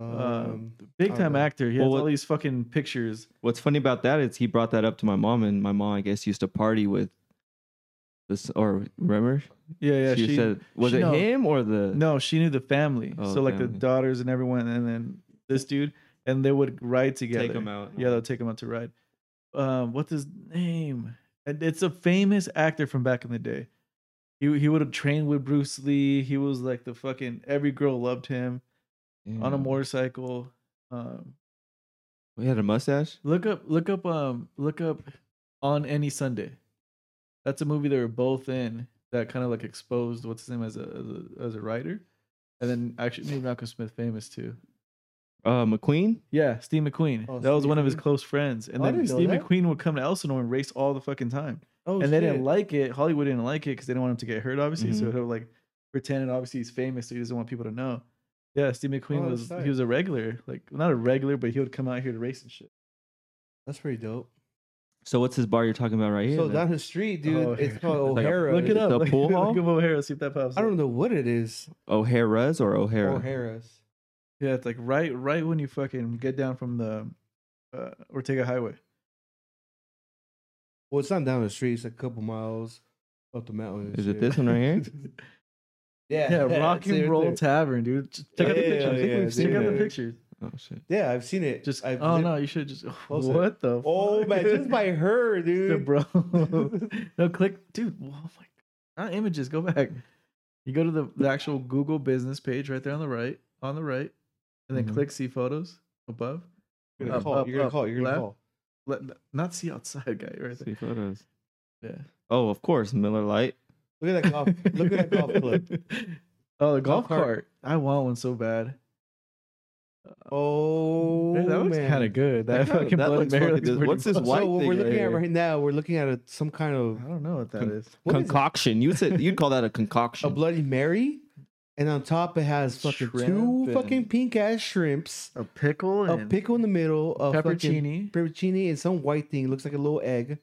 S1: uh,
S2: Um,
S1: Big
S2: Oh,
S1: time
S2: no.
S1: actor. He
S3: Well,
S1: has all
S3: what-
S1: these fucking pictures.
S3: What's funny about that is he brought that up to my mom, and my mom, I guess, used to party with this or remember?
S1: Yeah, yeah.
S3: she, said, was
S1: she
S3: it
S1: know-
S3: him or the?
S1: No, she knew the family.
S3: Oh,
S1: so like the
S3: family.
S1: daughters and everyone, and then this dude, and they would ride together.
S3: take him out.
S1: Yeah, they'll take him out to ride. Um, what's his name? And It's a famous actor from back in the day. He he would have trained with Bruce Lee. He was like the fucking every girl loved him on a
S3: Damn.
S1: motorcycle. Um,
S3: He had a mustache.
S1: look up look up um look up on any Sunday. That's a movie they were both in that kind of like exposed what's his name as a as a, as a writer, and then actually made Malcolm Smith famous too.
S3: Uh, McQueen.
S1: Yeah, Steve McQueen.
S2: Oh,
S1: that was
S2: Steve
S1: one of his
S2: McQueen.
S1: close friends, and
S2: Oh, I
S1: then
S2: didn't know
S1: Steve
S2: that.
S1: McQueen would come to Elsinore and race all the fucking time.
S2: oh,
S1: and they didn't
S2: shit. Mm-hmm.
S1: like it. Hollywood didn't like it because they didn't want him to get hurt, obviously. So
S3: Mhm.
S1: he'll like pretend and obviously he's famous, so he doesn't want people to know. Yeah, Steve McQueen
S2: Oh, that's
S1: was
S2: tight.
S1: he was a regular, like not a regular, but he would come out here to race and shit.
S2: That's pretty dope.
S3: So what's this bar you're talking about right here?
S2: so
S3: then?
S2: down the street, dude,
S1: Oh,
S2: it's called
S3: It's like a-
S2: O'Hara.
S1: Look it
S3: is it
S1: up.
S3: the
S1: Look,
S3: pool
S1: look
S3: hall?
S1: up O'Hara, see if that pops.
S2: I don't
S1: up.
S2: know what it is.
S3: O'Hara's or O'Hara?
S2: O'Hara's.
S1: Yeah, it's like right, right when you fucking get down from the uh, Ortega Highway.
S2: Well, it's not down the street. It's a couple miles up the mountain. and
S3: Is it
S2: shit.
S3: this one right here?
S2: Yeah,
S1: Yeah, Rock
S2: it's
S1: and
S2: right
S1: Roll
S2: there.
S1: Tavern, dude. Just Check out the
S2: Yeah,
S1: pictures.
S2: yeah,
S1: Check
S2: dude.
S1: out the pictures.
S3: Oh shit.
S2: Yeah, I've seen it.
S1: Just
S2: I've
S1: oh
S2: lit-
S1: no, you should just
S2: Close it.
S1: what the
S2: Oh
S1: fuck?
S2: man, just by her,
S1: Yeah,
S2: dude.
S1: bro. no, click, dude. Oh my, not images. Go back. You go to the, the actual Google business page right there on the right, on the right, and then
S3: Mhm.
S1: click see photos above.
S2: You're
S1: Up,
S2: gonna call.
S1: up,
S2: You're gonna
S1: up,
S2: call. You're gonna
S1: left.
S2: call.
S1: Let, not see outside guy right there.
S3: See photos.
S1: Yeah.
S3: Oh, of course, Miller Light.
S2: Look at that golf. Look at that golf club.
S1: Oh, the golf,
S2: Golf
S1: cart.
S2: cart.
S1: I want one so bad.
S2: Oh,
S1: Dude, that looks
S2: man.
S1: kind of good. That,
S3: That kinda-
S1: fucking
S3: that
S1: Bloody
S3: looks
S1: Mary
S3: fucking
S1: looks
S3: good.
S1: pretty
S3: What's this
S1: fun.
S2: So
S3: white
S2: what
S3: thing
S2: we're
S3: right
S2: looking at
S3: here.
S2: right now, we're looking at a, some kind of
S1: I don't know what that
S3: Con-
S1: is.
S2: what is it?
S3: concoction. You said you'd call that a
S2: a
S3: concoction.
S2: Bloody Mary, and on top it has fucking
S1: Shrimp
S2: two
S1: and-
S2: fucking pink ass shrimps,
S1: A pickle
S2: a
S1: and
S2: pickle in the middle, a fucking
S1: pepperoni.
S2: pepperoni, and some white thing looks like a little egg,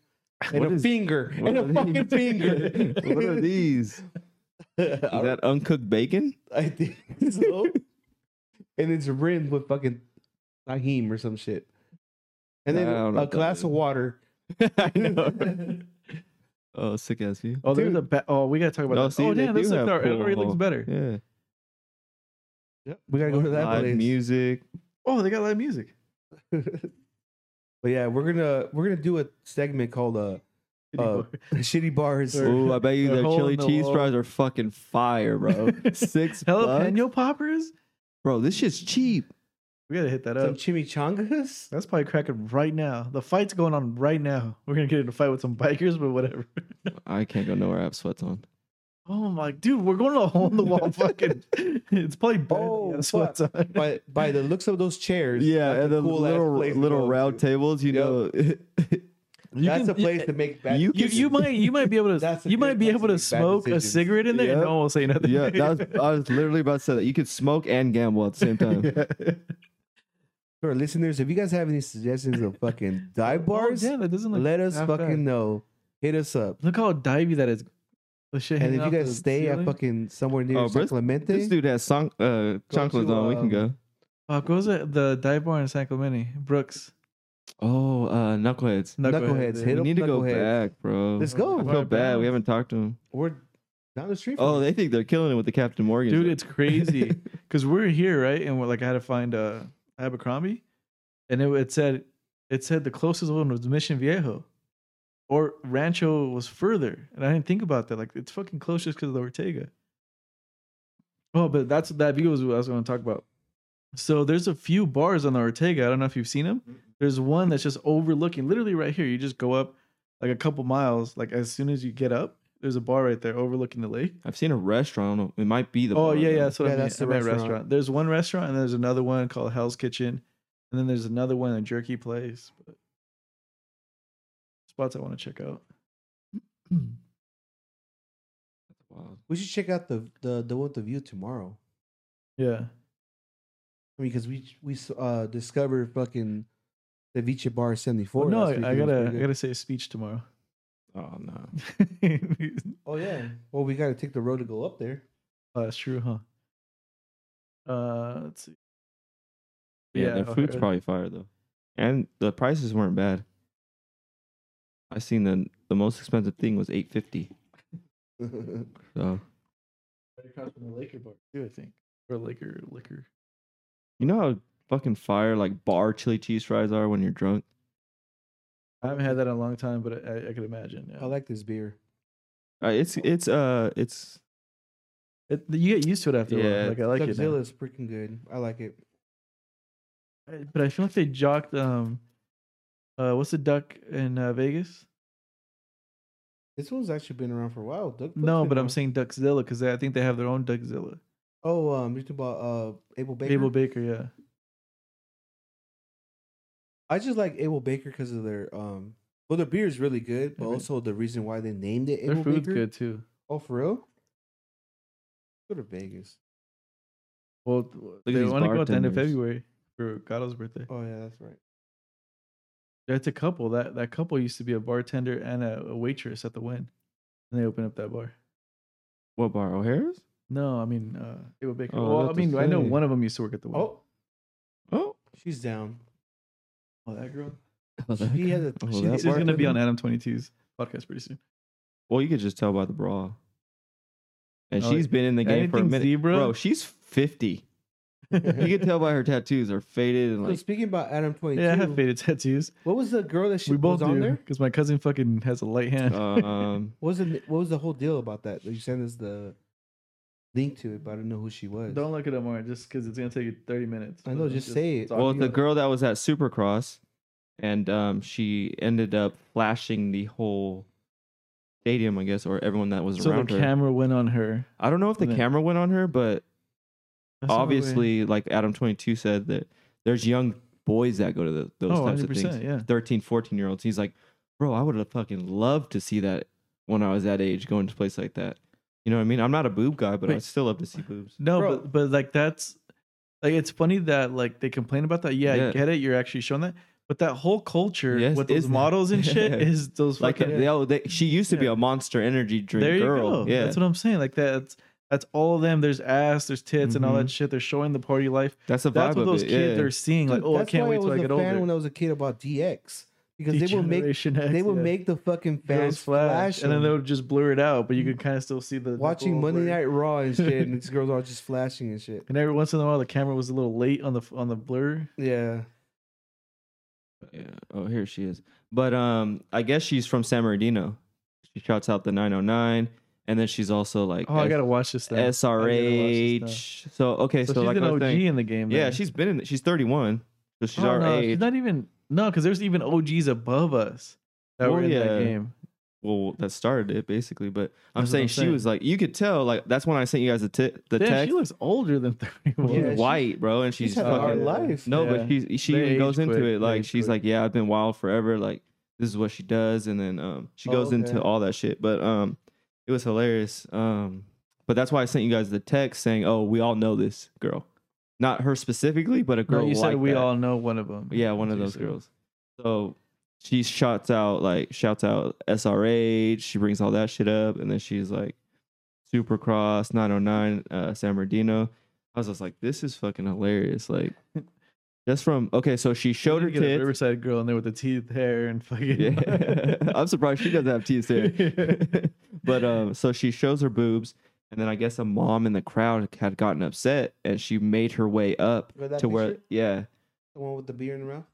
S2: and
S3: What
S2: a
S3: is-
S2: finger,
S3: what
S2: and
S3: are
S2: a
S3: these?
S2: fucking finger.
S3: what are these? Is that uncooked bacon?
S2: I think so. and it's rimmed with fucking tahim or some shit. And then
S3: I don't know
S2: a
S3: what that
S2: glass
S3: is.
S2: of water.
S3: I know. oh, sick ass you.
S1: Oh, there's
S2: Dude.
S1: a ba- oh. We gotta talk about
S3: No,
S1: that.
S3: see,
S1: oh,
S3: they
S1: damn, this
S3: do
S1: looks,
S3: have
S1: our,
S3: pool
S1: already looks
S3: hall.
S1: better.
S3: Yeah.
S2: We gotta go to that
S3: Live
S2: place.
S3: music.
S1: Oh, they got live music.
S2: but yeah, we're gonna we're gonna do a segment called uh, uh shitty bars.
S1: Or-
S3: Oh, I bet you
S1: a
S3: their
S1: hole
S3: chili
S1: in the
S3: cheese
S1: wall.
S3: fries are fucking fire, bro. Six bucks?
S1: jalapeno poppers.
S3: Bro, this shit's cheap.
S1: We gotta hit that
S2: Some
S1: up.
S2: chimichangas.
S1: That's probably cracking right now. The fight's going on right now. We're gonna get in a fight with some bikers, but whatever.
S3: I can't go nowhere. I have sweats on.
S1: Oh my dude, we're going to a hole in the wall. Fucking, it's probably better. than
S2: Oh,
S1: the other spots.
S2: By by the looks of those chairs,
S3: Yeah,
S2: that's
S3: and
S2: a
S3: the
S2: cool-ass
S3: little
S2: place to
S3: little
S2: go
S3: round
S2: to.
S3: tables, you
S2: Yep.
S3: know. you
S2: That's
S3: can-
S2: a place to make bad.
S3: you
S1: You, you might you might be able to
S2: That's a
S1: you
S2: good
S1: might be
S2: place to
S1: able to
S2: make bad
S1: smoke a
S2: decisions.
S1: cigarette in there and
S3: Yep.
S1: no one will say nothing.
S3: Yeah, that was, I was literally about to say that. You could smoke and gamble at the same time.
S1: Yeah.
S2: to our listeners. If you guys have any suggestions of fucking dive bars,
S1: Oh, damn, that doesn't look
S2: let us
S1: half
S2: fucking
S1: bad.
S2: know. Hit us up.
S1: Look how divey that is. The shit
S2: And
S1: hanging
S2: if you
S1: off
S2: guys
S1: the
S2: stay at
S1: ceiling.
S2: fucking somewhere near
S3: Oh,
S2: San
S3: Bris-
S2: Clemente,
S3: This dude has song, uh, chocolates
S2: to,
S3: on. We can
S2: um,
S3: go.
S1: Fuck, what was it? The dive bar in San Clemente, Brooks.
S3: Oh, uh, knuckleheads.
S2: Knuckleheads,
S1: dude.
S2: hit
S3: we
S2: up
S3: need to go
S2: Knuckleheads.
S3: back, bro.
S2: Let's go.
S3: I
S1: Why
S3: feel bad. We
S1: back?
S3: haven't talked to him.
S2: we're down the street. From
S3: Oh,
S2: us.
S3: they think they're killing it with the Captain Morgan.
S1: Dude, it's crazy because we're here, right? And we're like, I had to find uh, Abercrombie, and it, it said it said the closest one was Mission Viejo, or Rancho was further, and I didn't think about that. Like, it's fucking close just because of the Ortega. Oh, but that's that view was what I was going to talk about. So there's a few bars on the Ortega. I don't know if you've seen them. There's one that's just overlooking, literally right here. You just go up like a couple miles. Like as soon as you get up, there's a bar right there overlooking the lake.
S3: I've seen a restaurant. I don't know. It might be the.
S1: Oh
S3: bar,
S1: yeah,
S3: though.
S1: yeah. That's what
S2: Yeah,
S1: I mean.
S2: that's the
S1: I meant
S2: restaurant.
S1: There's one restaurant and there's another one called Hell's Kitchen, and then there's another one, a jerky place. But spots I want to check out.
S3: Wow.
S2: We should check out the the the one with the view tomorrow.
S1: Yeah.
S2: I mean, because we we uh discovered fucking the Vice Bar seventy four.
S1: Well, no, I, I gotta I gotta say a speech tomorrow.
S3: Oh no.
S1: oh,
S2: Oh yeah. Well, we gotta take the road to go up there. Oh,
S1: that's true, huh? Uh, let's see.
S3: Yeah,
S1: Yeah,
S3: their
S1: okay.
S3: food's probably fire though, and the prices weren't bad. I seen the the most expensive thing was eight fifty. So
S1: Right across from the Laker bar too, I think, or Laker liquor.
S3: you know how fucking fire like bar chili cheese fries are when you're drunk.
S1: I haven't had that in a long time, but I, I could imagine. Yeah.
S2: I like this beer.
S3: Uh, it's it's uh it's
S1: it, you get used to it after a
S3: Yeah,
S1: while. Like I like it. now.
S2: Godzilla is freaking good. I like it.
S1: I- But I feel like they jocked um, uh, what's the duck in uh, Vegas?
S2: This one's actually been around for a while. Duck Duck's
S1: No,
S2: been
S1: but I'm
S2: around.
S1: saying Duckzilla because I think they have their own Duckzilla.
S2: Oh, um, you talking about uh Abel Baker?
S1: Abel Baker, yeah.
S2: I just like Abel Baker because of their um. Well, their beer is really good, but
S1: Yeah, man.
S2: also the reason why they named it
S1: Mm-hmm. Their
S2: Abel
S1: food's
S2: Baker.
S1: good too.
S2: Oh, for real? Go to Vegas.
S1: Well, they
S3: these
S1: want to go at the end of
S3: bartenders.
S1: February for Gado's birthday.
S2: Oh yeah, that's right.
S1: That's a couple. That that couple used to be a bartender and a, a waitress at the Win, and they opened up that bar.
S3: what bar O'Hara's?
S1: No, I mean uh, Abel Baker.
S3: Oh,
S1: well, I
S3: that's a
S1: mean I know
S3: thing.
S1: one of them used to work at the Win.
S2: Oh,
S3: Oh,
S2: she's down.
S1: Oh, that girl. Oh,
S2: She has a- she-
S3: that
S1: She's gonna be
S3: bartender.
S1: on Adam 22's podcast pretty soon.
S3: Well, you could just tell by the bra. And
S1: Oh,
S3: she's been in the game for a
S1: anything
S3: minute,
S1: zebra?
S3: bro. She's fifty. You can tell by her tattoos are faded and
S2: So
S3: like
S2: speaking about Adam Twenty Two,
S1: yeah, I have faded tattoos.
S2: what was the girl that she
S1: We both
S2: was on
S1: do
S2: there?
S1: because my cousin fucking has a light hand.
S3: um
S2: What was the, what was the whole deal about that? You sent us the link to it, but I don't know who she was.
S1: Don't look it up more, just because it's gonna take you thirty minutes.
S2: I know,
S1: But
S2: just say it.
S1: talk
S3: well
S1: to
S3: the
S1: you.
S3: girl that was at Supercross and um she ended up flashing the whole stadium, I guess, or everyone that was
S1: So the
S3: around her.
S1: camera went on her.
S3: I don't know if the
S1: then-
S3: camera went on her, but
S1: That's the only way-
S3: obviously, like Adam twenty two said that there's young boys that go to the, those
S1: Oh,
S3: types of things.
S1: 100%, yeah.
S3: 13, 14 year olds. He's like, bro, I would have fucking loved to see that when I was that age, going to a place like that. You know what I mean? I'm not a boob guy, but I
S1: Wait.
S3: still love to see boobs.
S1: No,
S2: Bro.
S1: but but like that's like it's funny that like they complain about that. Yeah,
S3: Yeah.
S1: I get it. You're actually showing that, but that whole culture
S3: Yes,
S1: with those
S3: isn't it?
S1: models and shit
S3: Yeah.
S1: is those
S3: Like, uh,
S1: fucking.
S3: they, all- they, she used to be
S1: Yeah.
S3: a monster energy drink
S1: there you
S3: girl.
S1: go.
S3: Yeah,
S1: That's
S3: that's,
S1: what I'm saying. Like that's that's all of them. There's ass, there's tits, and all
S3: Mhm.
S1: that shit. They're showing the party life.
S3: the vibe
S1: That's what
S3: of
S1: those
S3: it.
S1: kids
S3: yeah.
S1: are seeing. Like,
S2: Dude,
S1: oh, I
S2: that's
S1: can't
S2: why
S1: wait till I
S2: was
S1: get
S2: a fan
S1: older.
S2: When I was a kid, about DX because they will make
S1: Degeneration X,
S2: they will
S1: yeah.
S2: make the fucking fans
S1: Those
S2: flash,
S1: flash, and then
S2: them.
S1: they would just blur it out, but you could kind of still see the the
S2: watching
S1: little
S2: Monday
S1: blur.
S2: Night Raw and shit, and these girls are just flashing and shit.
S1: And every once in a while, the camera was a little late on the on the blur.
S2: Yeah,
S3: Yeah. Oh, here she is. But um, I guess she's from San Bernardino. She shouts out the 909, and then she's also like
S1: Oh, I gotta watch this. Thing.
S3: SRH. So okay, so,
S1: So, she's
S3: like
S1: an
S3: I was
S1: OG
S3: saying-
S1: in the game.
S3: yeah,
S1: then.
S3: she's been in. She's 31, so she's
S1: Oh,
S3: our
S1: no,
S3: age.
S1: She's not even no, because there's even OGs above us that
S3: Well,
S1: were in
S3: yeah.
S1: that game.
S3: well, that started it basically. But I'm
S1: That's what
S3: saying
S1: I'm
S3: she
S1: saying.
S3: was like, you could tell. Like that's when I sent you guys the t- the
S1: Damn,
S3: text.
S1: she looks older than thirty
S3: She's
S1: one.
S2: Yeah, she-
S3: white, bro, and she's,
S2: she's, had a hard
S3: fucking.
S1: life.
S2: life.
S3: No,
S1: Yeah.
S3: but she's, she
S1: They
S3: even goes
S1: age
S3: into
S1: quick.
S3: it
S1: They
S3: like
S1: age
S3: she's
S1: quick.
S3: like, yeah, I've been wild forever. Like this is what she does, and then um, she
S2: Oh,
S3: goes
S2: okay.
S3: into all that shit. But um, it was hilarious. Um, but that's why I sent you guys the text saying, oh, we all know this girl, not her specifically, but a girl.
S1: No, you said
S3: like
S1: we
S3: that.
S1: all know one of them.
S3: Yeah, one of those girls. So she shouts out like shouts out SRH. She brings all that shit up, and then she's like Supercross 909 uh, San Bernardino. I was just like, this is fucking hilarious. Like that's from okay. So she showed her
S1: get a
S3: tits.
S1: Riverside girl in there with the teeth, hair, and fucking.
S3: Yeah. I'm surprised she doesn't have teeth there. but um, so she shows her boobs, and then I guess a mom in the crowd had gotten upset, and she made her way up
S2: Remember that
S3: to where
S2: picture?
S3: yeah.
S2: the one with the beer in her mouth,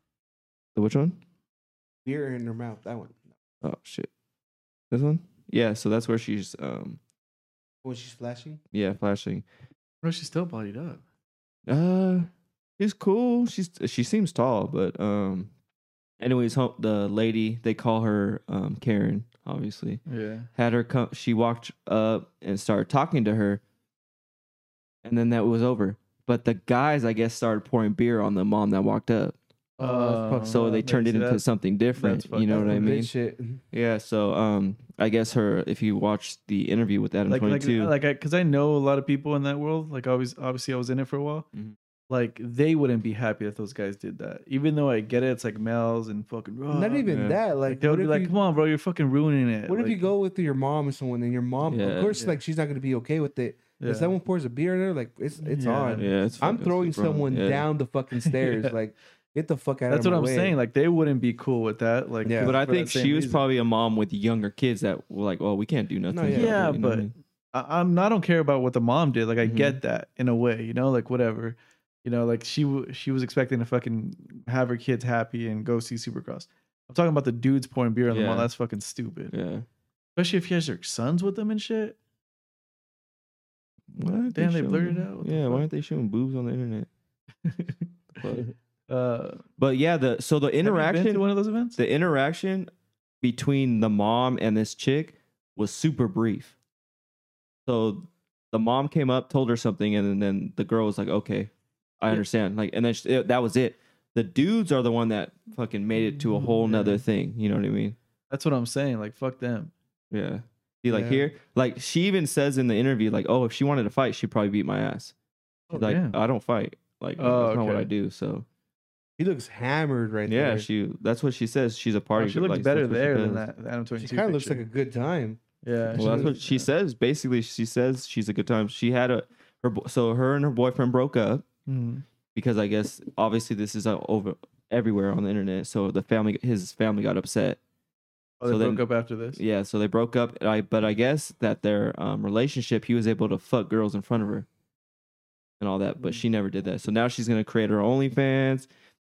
S3: Which one?
S2: beer in her mouth. That one
S3: Oh shit. This one? Yeah, so that's where she's um
S2: when she's flashing.
S3: yeah, flashing.
S1: No, she's still bodied up.
S3: Uh, she's cool. She's she seems tall, but um, anyways, home, the lady they call her um Karen, obviously
S1: Yeah.
S3: had her come. She walked up and started talking to her, and then that was over. But the guys, I guess, started pouring beer on the mom that walked up,
S2: Oh, that's fucked
S3: so
S2: up.
S3: they
S1: that
S3: turned
S1: Uh,
S3: it
S1: makes-
S3: into
S1: that's-
S3: something different.
S1: that's
S3: You know
S1: fucked
S3: what I
S2: Some bitch
S3: mean?
S2: Shit.
S1: Uh,
S3: Yeah. So um, I guess her. If you watch the interview with Adam
S1: like
S3: Twenty
S1: like
S3: Two,
S1: like because I know a lot of people in that world. Like always, obviously, I was in it for a while.
S2: Mm-hmm.
S3: Mhm.
S1: Like they wouldn't be happy if those guys did that. Even though I get it, it's like males and fucking.
S2: Not
S1: "Oh,"
S2: even
S3: yeah.
S2: that.
S1: Like
S2: Like,
S1: they would be
S2: what if
S1: like,
S2: you-
S1: "Come on, bro, you're fucking ruining it."
S2: What if
S1: Like,
S2: you go with your mom or someone, and your mom,
S3: Yeah.
S2: of course,
S1: Yeah.
S2: like she's not gonna be okay with it.
S1: yeah.
S2: If someone pours a beer in her, like it's it's
S1: Yeah.
S2: on.
S3: yeah, it's
S2: I'm
S3: fucking-
S2: throwing
S3: it's wrong.
S2: someone
S3: Yeah.
S2: down the fucking stairs.
S1: Yeah.
S2: Like, get the fuck out.
S1: That's
S2: of
S1: what
S2: my
S1: I'm
S2: way.
S1: saying. Like they wouldn't be cool with that. Like,
S2: Yeah.
S3: but I
S1: for that
S3: think
S1: same
S3: she was
S1: reason.
S3: probably a mom with younger kids that were like, "Oh, we can't do nothing."
S2: No,
S3: about
S2: yeah.
S3: it,"
S1: Yeah,
S3: you know what I
S1: but-
S3: mean?
S1: I, I'm not. I don't care about what the mom did. Like I
S3: Mhm.
S1: get that in a way, you know, like whatever, you know, like she w- she was expecting to fucking have her kids happy and go see Supercross. I'm talking about the dudes pouring beer on the
S3: Yeah.
S1: mom. That's fucking stupid.
S3: yeah.
S1: Especially if he has their sons with them and shit.
S3: Why aren't
S1: Damn, they
S3: showing-
S1: blurred it out, what the
S3: Yeah, why
S1: fuck?
S3: aren't they showing boobs on the internet? But,
S1: uh,
S3: but yeah, the so the
S1: Have you been to
S3: interaction,
S1: one of those events?
S3: the interaction between the mom and this chick was super brief. So the mom came up, told her something, and then, then the girl was like, "Okay, I
S1: Yeah.
S3: understand." Like, and then she, it- that was it. The dudes are the one that fucking made it to a whole
S1: Mm-hmm. Yeah.
S3: nother thing. You know what I mean?
S1: That's what I'm saying. Like fuck them.
S3: Yeah. See, like
S2: Yeah.
S3: here, like she even says in the interview, like, "Oh, if she wanted to fight, she'd probably beat my ass."
S1: Oh,
S3: like,
S1: damn.
S3: I don't fight. Like,
S1: Oh,
S3: that's not what
S1: okay.
S3: I do. So,
S2: He looks hammered right
S3: yeah,
S2: there.
S3: she. That's what she says. She's a
S1: Oh,
S3: party.
S1: she looked
S3: like,
S1: better
S3: that's what she
S1: there than
S3: does.
S1: that the Adam 22.
S2: she kind of looks like a
S1: picture.
S2: good time.
S1: yeah.
S3: Well, that's
S2: She
S3: what she says. Basically, she says she's a good time. She had a her. bo- So her and her boyfriend broke up
S1: Mhm.
S3: because I guess obviously this is all over everywhere on the internet. So the family, his family, got upset.
S1: Oh, they
S3: So then-
S1: broke up after this.
S3: Yeah, so they broke up. and I but I guess that their um, relationship, he was able to fuck girls in front of her and all that, but she
S1: Mm.
S3: never did that. So now she's gonna create her OnlyFans.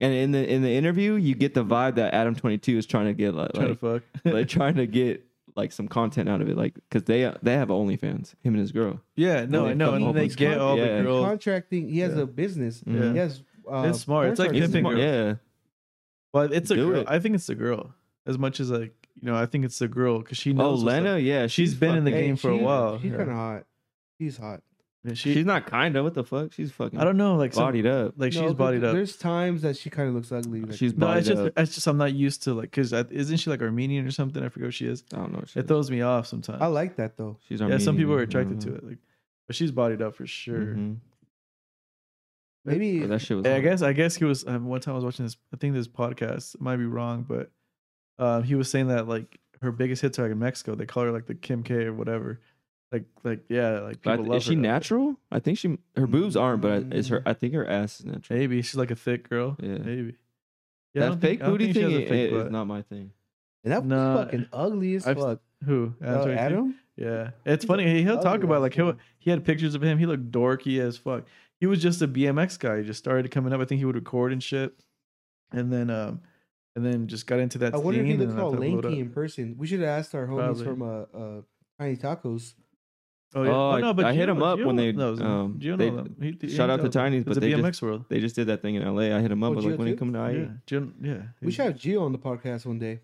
S3: And in the in the interview, you get the vibe that Adam Twenty Two is trying to get like,
S1: Trying
S3: like,
S1: to fuck.
S3: like, trying to get like some content out of it, like because they they have OnlyFans, him and his girl.
S1: yeah. No,
S3: Well,
S1: I know.
S3: fuck
S1: And then
S3: all
S1: they
S3: these
S1: get
S2: con-
S1: all
S3: yeah.
S1: the girls.
S2: Contracting. He has
S1: Yeah. Mm.
S2: a business.
S3: Mhm.
S1: Yeah.
S2: He has. Uh,
S1: It's smart. It's
S2: porn
S1: like
S2: stars
S1: pimping
S2: on
S1: girls.
S2: it.
S3: Yeah,
S1: But it's a
S3: Do
S1: girl.
S3: it.
S1: I think it's the girl. As much as like you know, I think it's the girl because she knows.
S3: Oh,
S1: what's
S3: Lena,
S1: up.
S3: yeah,
S1: She's been in the
S3: fucking-
S1: game for a
S2: she-
S1: while.
S2: She's
S1: Yeah.
S2: kind of hot. She's hot.
S1: Yeah, she-
S3: she's not kinda. What the fuck? She's fucking.
S1: I don't know. Like some,
S3: bodied up.
S1: like she's
S2: No, 'cause
S1: bodied up.
S2: There's times that she kind of looks ugly. Like,
S3: She's
S1: No,
S3: bodied
S1: it's just
S3: up.
S1: it's just I'm not used to like because isn't she like Armenian or something? I forget what she is.
S3: I don't know. what she
S1: It
S3: is.
S1: throws me off sometimes.
S2: I like that though.
S3: she's
S1: yeah, some people are
S3: Armenian.
S1: attracted to it. Like, but she's bodied up for sure.
S3: Mhm.
S2: Maybe
S3: But That shit was.
S1: Yeah, I
S3: hot.
S1: guess I guess he was um, one time I was watching this I think this podcast I might be wrong but um, he was saying that like her biggest hits are like in Mexico they call her like the Kim K or whatever like like yeah like
S3: But I
S1: people
S3: th-
S1: love
S3: is she
S1: her. Mm.
S3: natural? I think she her boobs aren't, but I, is her? I think her ass is natural.
S1: maybe she's like a thick girl
S3: Yeah.
S1: maybe I don't
S3: that fake
S1: think- I don't
S3: booty
S1: think she
S3: thing
S1: has a
S3: is
S1: fake butt.
S3: not my thing.
S2: and that was
S1: No.
S2: fucking ugly as
S1: I've-
S2: fuck.
S1: who
S2: Uh,
S1: Adam 22?
S2: Adam.
S1: yeah it's
S2: He's
S1: funny he- he'll
S2: ugly
S1: talk about
S2: as
S1: like he
S2: fuck.
S1: he had pictures of him he looked dorky as fuck he was just a BMX guy he just started coming up I think he would record and shit and then um and then just got into that
S2: I wonder if he
S1: scene and
S2: looks
S1: then I
S2: all
S1: thought blew it
S2: lanky
S1: up.
S2: in person. We should have asked our
S1: Probably.
S2: homies from uh, uh, Tiny Tacos.
S1: Oh, yeah.
S3: Oh, I-
S1: no, but
S3: I hit
S1: Gio-
S3: him up
S1: Gio
S3: when they,
S1: knows him.
S3: um,
S1: Gio
S3: they-
S1: knows him. He- he
S3: shout out to
S1: knows him.
S3: Tiny,
S1: It's
S3: but
S1: a
S3: they
S1: BMX
S3: just-
S1: world.
S3: They just did that thing in L.A. I hit him up.
S2: Oh,
S3: I E. was like, when you
S2: GeoTube?
S3: come to
S1: yeah,
S3: IE?
S1: Gio- yeah.
S2: We should have Gio on the podcast one day.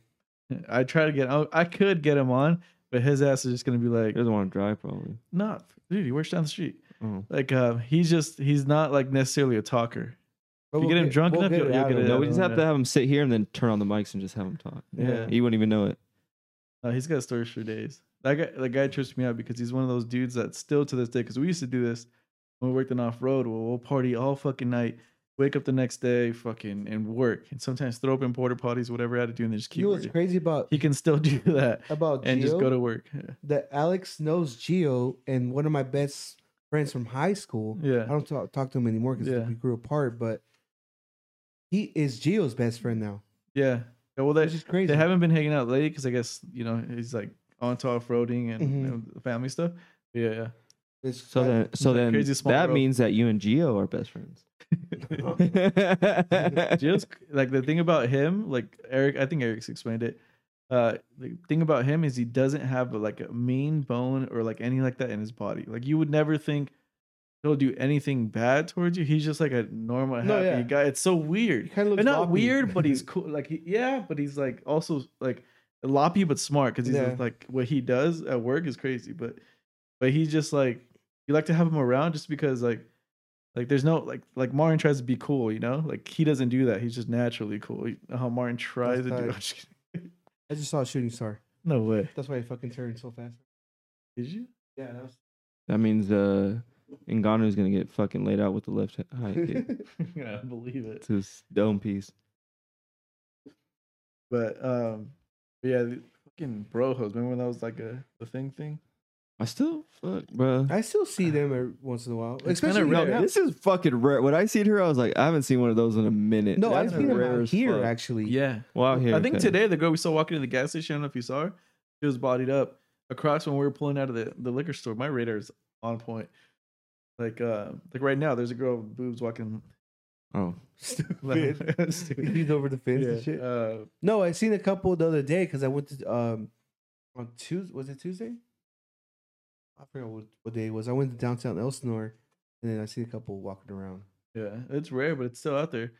S1: I try to get. I, I could get him on, but his ass is just gonna be
S3: He
S1: like,
S3: doesn't want to drive, probably.
S1: "Nah, dude, he works down the street."
S3: Oh.
S1: Like, uh, he's just he's not like necessarily a talker.
S2: But
S1: If you get him drunk enough, you'll- you'll get
S2: Adam.
S1: it
S3: No,
S1: out.
S3: we just have to
S1: yeah.
S3: have him sit here and then turn on the mics and just have him talk.
S1: Yeah.
S3: He wouldn't even know it.
S1: Uh, he's got stories for days. That guy, that guy trips me out because he's one of those dudes that still to this day. Because we used to do this when we worked in off road. We'll, we'll party all fucking night, wake up the next day, fucking and work, and sometimes throw up in porta potties, whatever I had to do, and then just
S2: You
S1: keep.
S2: know what's
S1: working.
S2: crazy about
S1: he can still do that
S2: about
S1: and
S2: Gio?
S1: just go to work.
S2: that Alex knows Gio and one of my best friends from high school. I
S1: Yeah.
S2: don't talk, talk to him anymore because
S1: Yeah.
S2: we grew apart, but he is Gio's best friend now,
S1: Yeah. Yeah, well,
S2: which
S1: they,
S2: is crazy.
S1: they haven't been hanging out lately because I guess, you know, he's like onto off roading and
S2: Mhm.
S1: you know, the family stuff. Yeah. Yeah.
S2: It's-
S3: So
S2: I-
S3: then, so
S1: that
S3: then
S1: crazy small
S3: that
S1: world.
S3: means that you and Geo are best friends.
S1: Just like the thing about him, like Eric, I think Eric's explained it. Uh, the thing about him is he doesn't have like a mean bone or like any like that in his body. Like you would never think, he'll do anything bad towards you. He's just like a normal, happy
S2: No, yeah.
S1: guy. It's so weird.
S2: He kind of looks
S1: And not
S2: loppy.
S1: weird, but he's cool. Like, he, yeah, but he's like also like loppy but smart because he's
S2: Yeah.
S1: like what he does at work is crazy. But but he's just like you like to have him around just because like like there's no like like Martin tries to be cool, you know. Like he doesn't do that. He's just naturally cool. You know How Martin tries
S2: That's
S1: to do.
S2: tight.
S1: I'm just kidding.
S2: I just saw a shooting star.
S1: No way.
S2: That's why I fucking turned so fast.
S1: Did you?
S2: Yeah, that was.
S3: That means uh, Ngannou's gonna get fucking laid out with the left high kick
S1: yeah, I don't believe it.
S3: to his dome piece.
S1: But um, but yeah, the fucking brohos. Remember when that was like a the thing thing?
S3: I still fuck, bro.
S2: I still see them every once in a while.
S1: It's kinda
S2: Especially
S1: rare.
S2: right now.
S3: This is fucking rare. When I seen her, I was like, I haven't seen one of those in a minute.
S2: No, I've
S3: That's
S1: That's
S2: seen them
S3: rare
S2: out
S3: as
S2: here
S3: fuck.
S2: actually.
S1: Yeah,
S2: Oh,
S3: Wow, here.
S1: I think
S3: okay.
S1: today the girl we saw walking to the gas station. I don't know if you saw her. She was bodied up across when we were pulling out of the, the liquor store. My radar is on point. Like uh, like right now, there's a girl with boobs walking.
S3: Oh,
S1: left-
S2: Stupid. Leaned over the fence and shit.
S1: Uh,
S2: No, I seen a couple the other day because I went to um on Tuesday. Was it Tuesday? I forgot what, what day it was. I went to downtown Elsinore, and then I seen a couple walking around.
S1: yeah, it's rare, but it's still out there.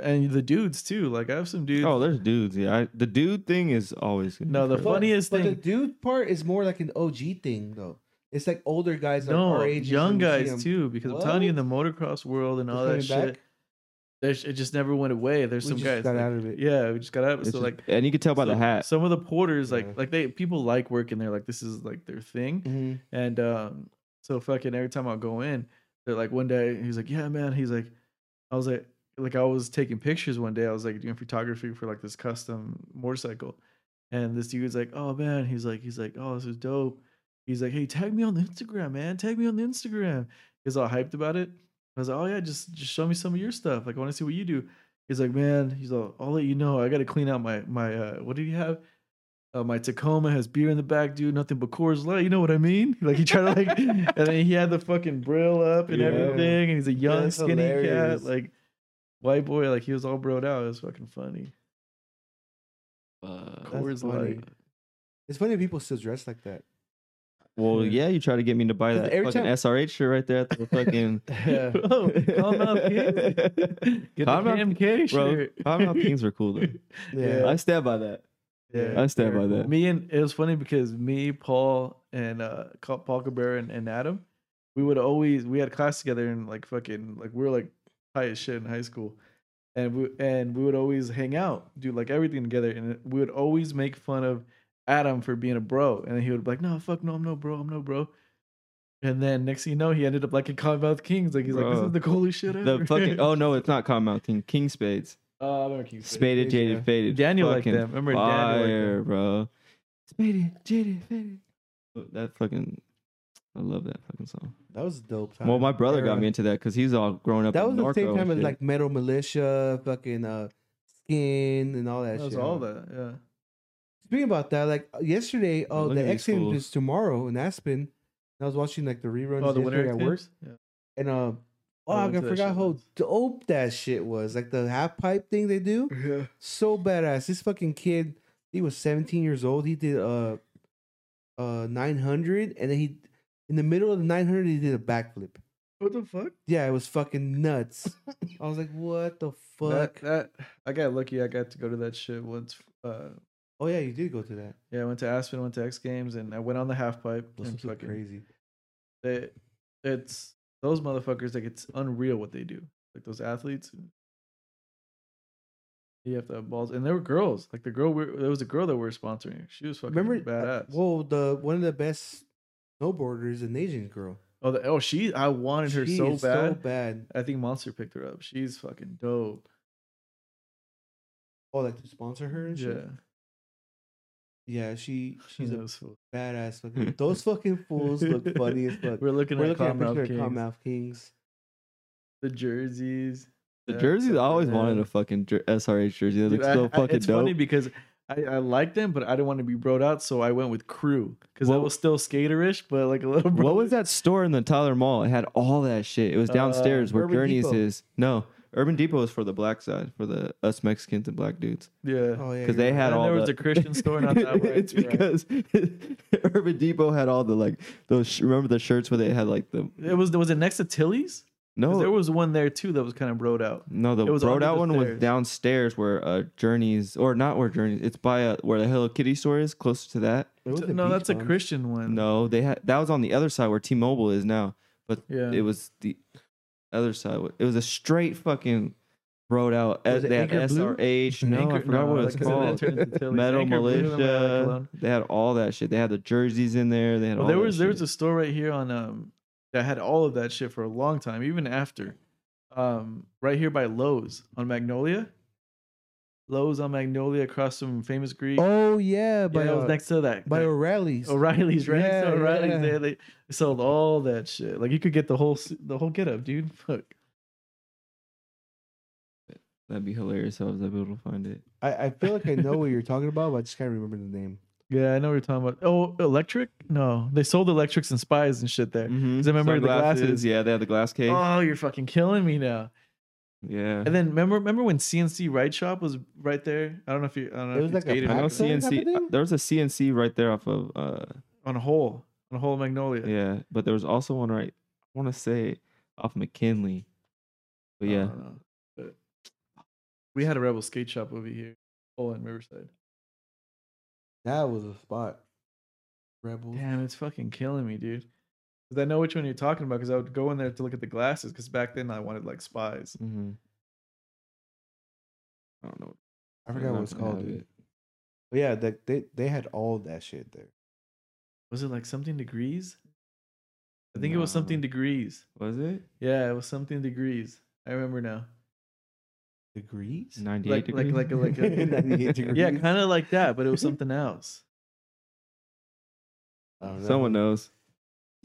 S1: And the dudes too. Like I have some dudes.
S3: oh, there's dudes. Yeah, I, the dude thing is always gonna be
S1: No, the
S3: first.
S1: fu- Funniest
S2: but the
S1: thing-
S2: dude part is more like an OG thing though. It's like older guys, like
S1: no
S2: our age,
S1: young guys too. Because I'm telling you, in the
S2: What?
S1: motocross world and all that shit, there's, it just never went away. There's
S2: We
S1: some
S2: just
S1: guys.
S2: got
S1: like-
S2: out of it.
S1: Yeah, we just got out. of it.
S3: It's
S1: So
S3: just-
S1: like.
S3: and you can tell by the
S1: so
S3: hat.
S1: Some of the porters like
S2: Yeah.
S1: like they people like working there. Like this is like their thing.
S2: Mhm.
S1: And um, so fucking every time I go in, they're like one day he's like, yeah, man. He's like, I was like, like I was taking pictures one day. I was like doing photography for like this custom motorcycle, and this dude's like, oh man. He's like, he's like, oh this is dope. He's like, hey, tag me on the Instagram, man. Tag me on the Instagram. He's all hyped about it. I was like, oh yeah, just just show me some of your stuff. Like I want to see what you do. He's like, man. He's all, I'll let you know. I got to clean out my my. Uh, what did he have? Uh, my Tacoma has beer in the back, dude. Nothing but Coors Light. You know what I mean? Like he tried to like, and then he had the fucking brill up and
S3: Yeah.
S1: everything, and he's a young
S2: That's
S1: skinny
S2: hilarious.
S1: cat, like white boy. Like he was all broed out. It was fucking funny.
S3: Uh,
S2: That's
S1: Coors
S2: funny.
S1: Light.
S2: It's funny people still dress like that.
S3: well,
S1: Yeah.
S3: yeah, you try to get me to buy
S2: 'Cause
S3: that
S2: every
S3: fucking
S2: time-
S3: SRH shirt right there at the fucking.
S2: Yeah.
S1: Bro, calm out, kid. Get the
S3: Calm out,
S1: KMK
S3: Bro,
S1: shirt.
S3: Palm Out Kings were cool though.
S1: Yeah.
S3: I stand by that.
S1: Yeah.
S3: I stand by
S2: Very
S3: that.
S1: me and it was funny because me, Paul, and uh, Ca- Paul Cabrera and, and Adam, we would always we had class together and like fucking like we were like high as shit in high school, and we and we would always hang out, do like everything together, and we would always make fun of Adam for being a bro, and he would be like, "No, fuck, no, I'm no bro, I'm no bro." And then next thing you know, he ended up like in Commonwealth Kings. Like he's like,
S3: Bro.
S1: "This is the coolest shit ever."
S3: The fucking oh no, it's not Commonwealth King. King Spades,
S1: Uh, I remember Kings.
S3: Spaded,
S2: Spades,
S3: Jaded,
S2: yeah.
S3: Faded.
S1: Daniel liked
S3: Fucking
S1: them. Remember Daniel liked
S3: fire,
S1: them.
S3: bro. Spaded, Jaded, Faded. That fucking, I love that fucking song.
S2: That was a dope. Time.
S3: Well, my brother got
S2: Era.
S3: me into that because he's all grown up.
S2: That
S3: in
S2: was the
S3: Norco
S2: same
S3: and
S2: time as
S3: shit.
S2: like Metal Militia, fucking uh, Skin, and all that.
S1: That was
S2: shit.
S1: all that. Yeah.
S2: Speaking about that, like yesterday, oh,
S3: look
S2: the
S3: at these
S2: X Games
S3: fools.
S2: is tomorrow in Aspen. And I was watching like the reruns
S1: Oh, the
S2: yesterday
S1: winner
S2: at work,
S1: Yeah.
S2: and um,
S1: I
S2: oh, I,
S1: went to that
S2: forgot
S1: shit
S2: how
S1: once.
S2: dope that shit was. Like the half pipe thing they do,
S1: Yeah.
S2: so badass. This fucking kid, he was 17 years old. He did uh, uh, 900, and then he, in the middle of the 900, he did a backflip.
S1: What the fuck?
S2: Yeah, it was fucking nuts. I was like, what the
S1: That-
S2: fuck?
S1: That, I got lucky. I got to go to that shit once. Uh,
S2: Oh yeah, you did go to that.
S1: yeah, I went to Aspen, went to X Games, and I went on the half pipe.
S2: Those
S1: and
S2: kids are
S1: fucking-
S2: crazy.
S1: They, it's those motherfuckers. Like it's unreal what they do. Like those athletes. You have to have balls, and there were girls. Like the girl, we there was a girl that we were sponsoring. She was fucking
S2: Remember, uh,
S1: badass.
S2: well, the one of the best snowboarders, an Asian girl.
S1: oh, the, oh, she. I wanted her
S2: She
S1: so
S2: is
S1: bad.
S2: bad.
S1: I think Monster picked her up. She's fucking dope.
S2: Oh, like to sponsor her and
S1: Yeah,
S2: shit. Yeah, she she's a
S1: those fools.
S2: badass. Fucking, those fucking fools look funny as fuck.
S1: We're looking
S2: We're
S1: at
S2: looking at a
S1: Commonwealth
S2: picture of
S1: Kings,
S2: Commonwealth Kings.
S1: the jerseys.
S3: the
S1: Yeah,
S3: jerseys. I always wanted
S1: yeah.
S3: a fucking jer- SRH jersey. That
S1: Dude,
S3: looks
S1: I-
S3: so
S1: I-
S3: fucking
S1: it's
S3: dope.
S1: funny because I, I liked them, but I didn't want to be broed out, so I went with crew because that
S3: What-
S1: was still skaterish, but like a little. Bro-
S3: What was that store in the Tyler Mall? It had all that shit. It was
S1: Uh,
S3: downstairs where
S2: Urban
S3: Journeys
S2: Depot.
S3: is. No, Urban Depot is for the black side, for the us Mexicans and black dudes,
S1: Yeah.
S2: Oh yeah,
S3: because they
S2: you're right.
S3: had
S1: And
S3: all.
S1: there
S3: the,
S1: was a Christian store not that way.
S3: it's
S1: You're right.
S3: because Urban Depot had all the like those. Sh- remember the shirts where they had like the
S1: It was was it next to Tilly's? 'Cause
S3: no
S1: There was one there too that was kind of broed out.
S3: no the
S1: it was
S3: road
S1: under
S3: out
S1: the
S3: one was
S1: stairs.
S3: downstairs where uh Journeys or not where Journeys. It's by uh, where the Hello Kitty store is, closer to that.
S2: It was the
S1: No,
S2: beach
S1: that's a
S2: one.
S1: Christian one.
S3: No, they had that was on the other side where T-Mobile is now.
S1: Yeah.
S3: It was the other side. It was a straight fucking road out.
S2: Was it
S3: they had
S2: Anchor Blue?
S3: SRH. No, I
S1: Anchor-
S3: forgot
S1: no,
S3: what it
S1: like,
S3: was
S1: 'cause then it
S3: called.
S1: turned into Tilly's.
S3: Metal
S1: Anchor Blue, am I right,
S3: Militia.
S1: Cologne?
S3: They had all that shit. They had the jerseys in there. They had
S1: Well,
S3: all
S1: there
S3: that
S1: was there was a
S3: shit.
S1: store right here on um that had all of that shit for a long time, even after. Um, right here by Lowe's on Magnolia. Lowe's on Magnolia across from famous Greek.
S2: Oh yeah, by
S1: yeah, it
S2: uh,
S1: was next to that.
S2: by
S1: that-
S2: O'Reilly's.
S1: O'Reilly's, right?
S2: Yeah,
S1: so O'Reilly's, they,
S2: yeah.
S1: they sold all that shit. Like you could get the whole s- the whole get up, dude. Fuck.
S3: That'd be hilarious. if I was able to find it.
S2: I, I feel like I know what you're talking about, but I just can't remember the name.
S1: Yeah, I know what you're talking about. Oh, electric? No, they sold electrics and spies and shit
S2: Mm,
S1: there.
S3: Mhm.
S1: 'Cause I remember the glasses.
S3: Yeah, they had the glass case.
S1: Oh, you're fucking killing me now.
S3: yeah.
S1: And then remember, remember when CNC Ride Shop was right there? I don't know if you, I don't know
S2: It
S1: if
S2: was
S1: you
S2: like a
S1: dated it
S3: I know
S2: Pac-Man type of thing?
S3: CNC. There was a CNC right there off of uh
S1: on a hole, on a hole of Magnolia.
S3: yeah, but there was also one right. I want to say off McKinley. But
S1: I
S3: yeah,
S1: don't know. But we had a Rebel skate shop over here, hole in Riverside.
S2: That was a spot. Rebels.
S1: Damn, it's fucking killing me, dude. Because I know which one you're talking about. Because I would go in there to look at the glasses. Because back then I wanted like spies.
S3: hmm I don't know.
S2: I forgot what it's called, dude. But yeah, they, they they had all that shit there.
S1: Was it like something degrees? I think it was something
S3: No.
S1: degrees.
S3: Was it
S1: Yeah, it was something degrees. I remember now.
S2: Degrees?
S3: ninety
S1: Like
S3: eight
S1: like like a, like a,
S2: 98
S1: yeah,
S2: degrees.
S1: kind of like that, but it was something else.
S2: I don't know.
S3: Someone knows.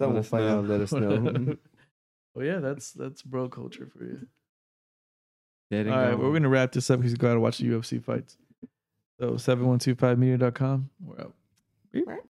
S2: Oh, Someone
S3: let
S2: will
S3: us
S2: find
S3: know.
S2: out. and Let us know.
S1: well, yeah, that's that's bro culture for you.
S3: Dead
S1: All
S3: and
S1: right,
S3: gone.
S1: we're gonna wrap this up because you go out and watch the UFC fights. So seven one two five media.com. We're out.
S3: Beep.